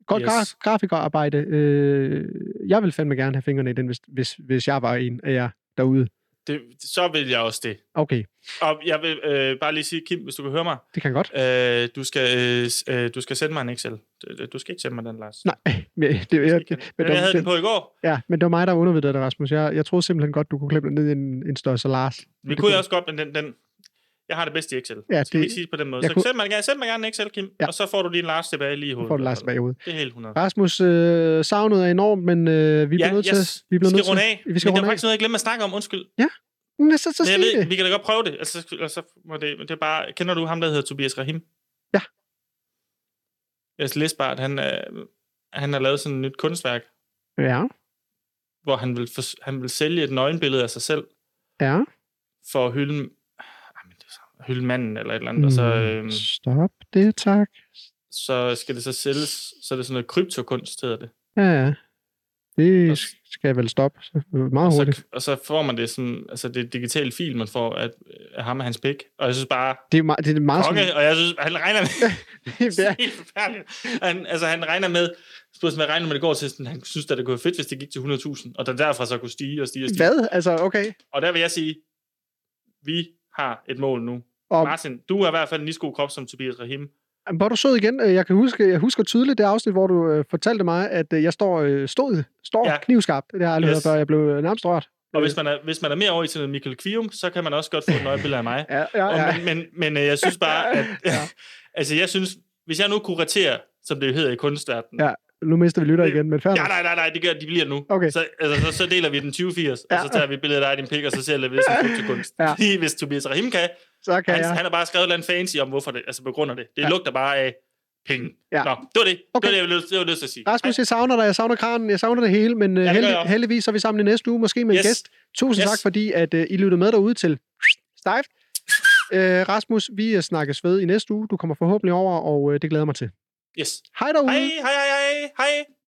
Speaker 2: Godt yes.
Speaker 3: Yes.
Speaker 2: graf- grafikerarbejde. Øh, jeg vil fandme gerne have fingrene i den, hvis, hvis, hvis jeg var en af jer derude.
Speaker 3: Det, så vil jeg også det.
Speaker 2: Okay,
Speaker 3: Og jeg vil øh, bare lige sige, Kim, hvis du kan høre mig,
Speaker 2: det kan jeg godt.
Speaker 3: øh, du, skal, øh, s- øh, du skal sende mig en Excel. Du- Du skal ikke sende mig den, Lars.
Speaker 2: Nej, men det, jeg,
Speaker 3: jeg,
Speaker 2: jeg,
Speaker 3: ikke.
Speaker 2: men
Speaker 3: Men
Speaker 2: der-
Speaker 3: jeg havde den på i går.
Speaker 2: Ja, men det var mig, der undervidede det, Rasmus. Jeg, jeg troede simpelthen godt, du kunne klemme dig ned i en, en størrelse Lars.
Speaker 3: Vi kunne også godt, men den, den, jeg har det bedste i Excel.
Speaker 2: Ja,
Speaker 3: Skal
Speaker 2: det-
Speaker 3: vi ikke sige det på den måde?
Speaker 2: jeg
Speaker 3: Så
Speaker 2: kunne-
Speaker 3: kunne... send, mig gerne, send mig gerne en Excel, Kim,
Speaker 2: Ja.
Speaker 3: ja. og så får du lige en Lars tilbage lige i hovedet.
Speaker 2: Får du Lars tilbage ud.
Speaker 3: Det er helt 100.
Speaker 2: Rasmus, øh, savnet er enormt, men øh, vi bliver
Speaker 3: ja,
Speaker 2: nødt
Speaker 3: yes.
Speaker 2: til... Vi bliver
Speaker 3: skal
Speaker 2: nødt
Speaker 3: runde
Speaker 2: til,
Speaker 3: af.
Speaker 2: Vi skal
Speaker 3: men der
Speaker 2: runde
Speaker 3: er
Speaker 2: af.
Speaker 3: faktisk noget, jeg glemte at snakke om. Undskyld.
Speaker 2: Men så, så
Speaker 3: Men jeg
Speaker 2: sig
Speaker 3: ved,
Speaker 2: det.
Speaker 3: vi kan da godt prøve det. Altså, så- altså må det, men det er bare... Kender du ham, der hedder Tobias Rahim?
Speaker 2: Ja.
Speaker 3: Jeg læste bare, at han, øh, han har lavet sådan et nyt kunstværk,
Speaker 2: Ja,
Speaker 3: hvor han vil, fors- han vil sælge et nøgenbillede af sig selv
Speaker 2: ja.
Speaker 3: for at hylde, ah, men det er så- hylde manden eller et eller andet. Mm. Og så,
Speaker 2: Mm,
Speaker 3: øh,
Speaker 2: Stop det, tak.
Speaker 3: så skal det så sælges, så er det sådan noget kryptokunst, hedder det.
Speaker 2: Ja, ja. Det
Speaker 3: Og-
Speaker 2: skal vel stoppe så- øh, meget
Speaker 3: Og
Speaker 2: hurtigt.
Speaker 3: så, og så får man det sådan, altså det er et digitalt fil, man får af, af ham og hans pik. Og jeg synes bare,
Speaker 2: Det er, jo meget, det er meget
Speaker 3: konge, og jeg synes, han regner med,
Speaker 2: sådan,
Speaker 3: det
Speaker 2: det
Speaker 3: er
Speaker 2: er,
Speaker 3: helt forfærdeligt. Han, altså han regner med, spørgsmålet med, regner med, det går til sådan, han synes, at det kunne være fedt, hvis det gik til 100.000, og der derfra så kunne stige og stige og stige.
Speaker 2: Hvad? Altså, okay.
Speaker 3: Og der vil jeg sige, vi har et mål nu.
Speaker 2: Og,
Speaker 3: Martin, du er i hvert fald en lige så god krop som Tobias Rahim.
Speaker 2: hvor er du sød igen. Øh, Jeg kan huske, jeg husker tydeligt det afsnit, hvor du øh, fortalte mig, at øh, jeg står, øh, stod, står ja.
Speaker 3: Ja.
Speaker 2: knivskarpt. Det har jeg aldrig yes.
Speaker 3: Yes.
Speaker 2: hørt før. Jeg blev øh, nærmest rørt.
Speaker 3: Og hvis man, er, hvis man er mere over i sådan noget Michael Kvium, så kan man også godt få et nøjebillede af mig.
Speaker 2: Ja, ja, ja.
Speaker 3: Og, men, men, men øh, jeg synes bare, at...
Speaker 2: Ja.
Speaker 3: altså, jeg synes... Hvis jeg nu kuraterer, som det jo hedder i kunstverdenen...
Speaker 2: Ja. Nu mister vi lytter igen, men færdig.
Speaker 3: Nej, nej, nej, nej, det gør de bliver nu.
Speaker 2: Okay.
Speaker 3: Så, altså, så, så deler vi den 2080, ja.
Speaker 2: Ja.
Speaker 3: og så tager vi billedet af dig i din pik, og så sælger vi det som kulturkunst.
Speaker 2: Ja.
Speaker 3: Fordi hvis Tobias Rahim kan,
Speaker 2: Så kan
Speaker 3: han,
Speaker 2: jeg.
Speaker 3: han har bare skrevet noget fancy om, hvorfor det, altså begrunder det. Det
Speaker 2: Ja.
Speaker 3: lugter bare af penge.
Speaker 2: Ja.
Speaker 3: Nå, det var det.
Speaker 2: Okay.
Speaker 3: Det var det, jeg ville- det, var det, jeg ville sige.
Speaker 2: Rasmus, jeg savner dig, jeg savner kranen, jeg savner det hele, men ja,
Speaker 3: det gør
Speaker 2: heldig,
Speaker 3: jeg også.
Speaker 2: heldigvis så er vi sammen i næste uge, måske med yes.
Speaker 3: Yes.
Speaker 2: en gæst. Tusind
Speaker 3: Yes.
Speaker 2: yes. tak, fordi at, uh, I lyttede med derude til Stejft. Uh, Rasmus, vi øh, snakkes ved i øh, næste uge. Du kommer forhåbentlig over, og uh, det glæder jeg mig til.
Speaker 3: Yes.
Speaker 2: Hej derude!
Speaker 3: Hej, hej, hej, hej, hej.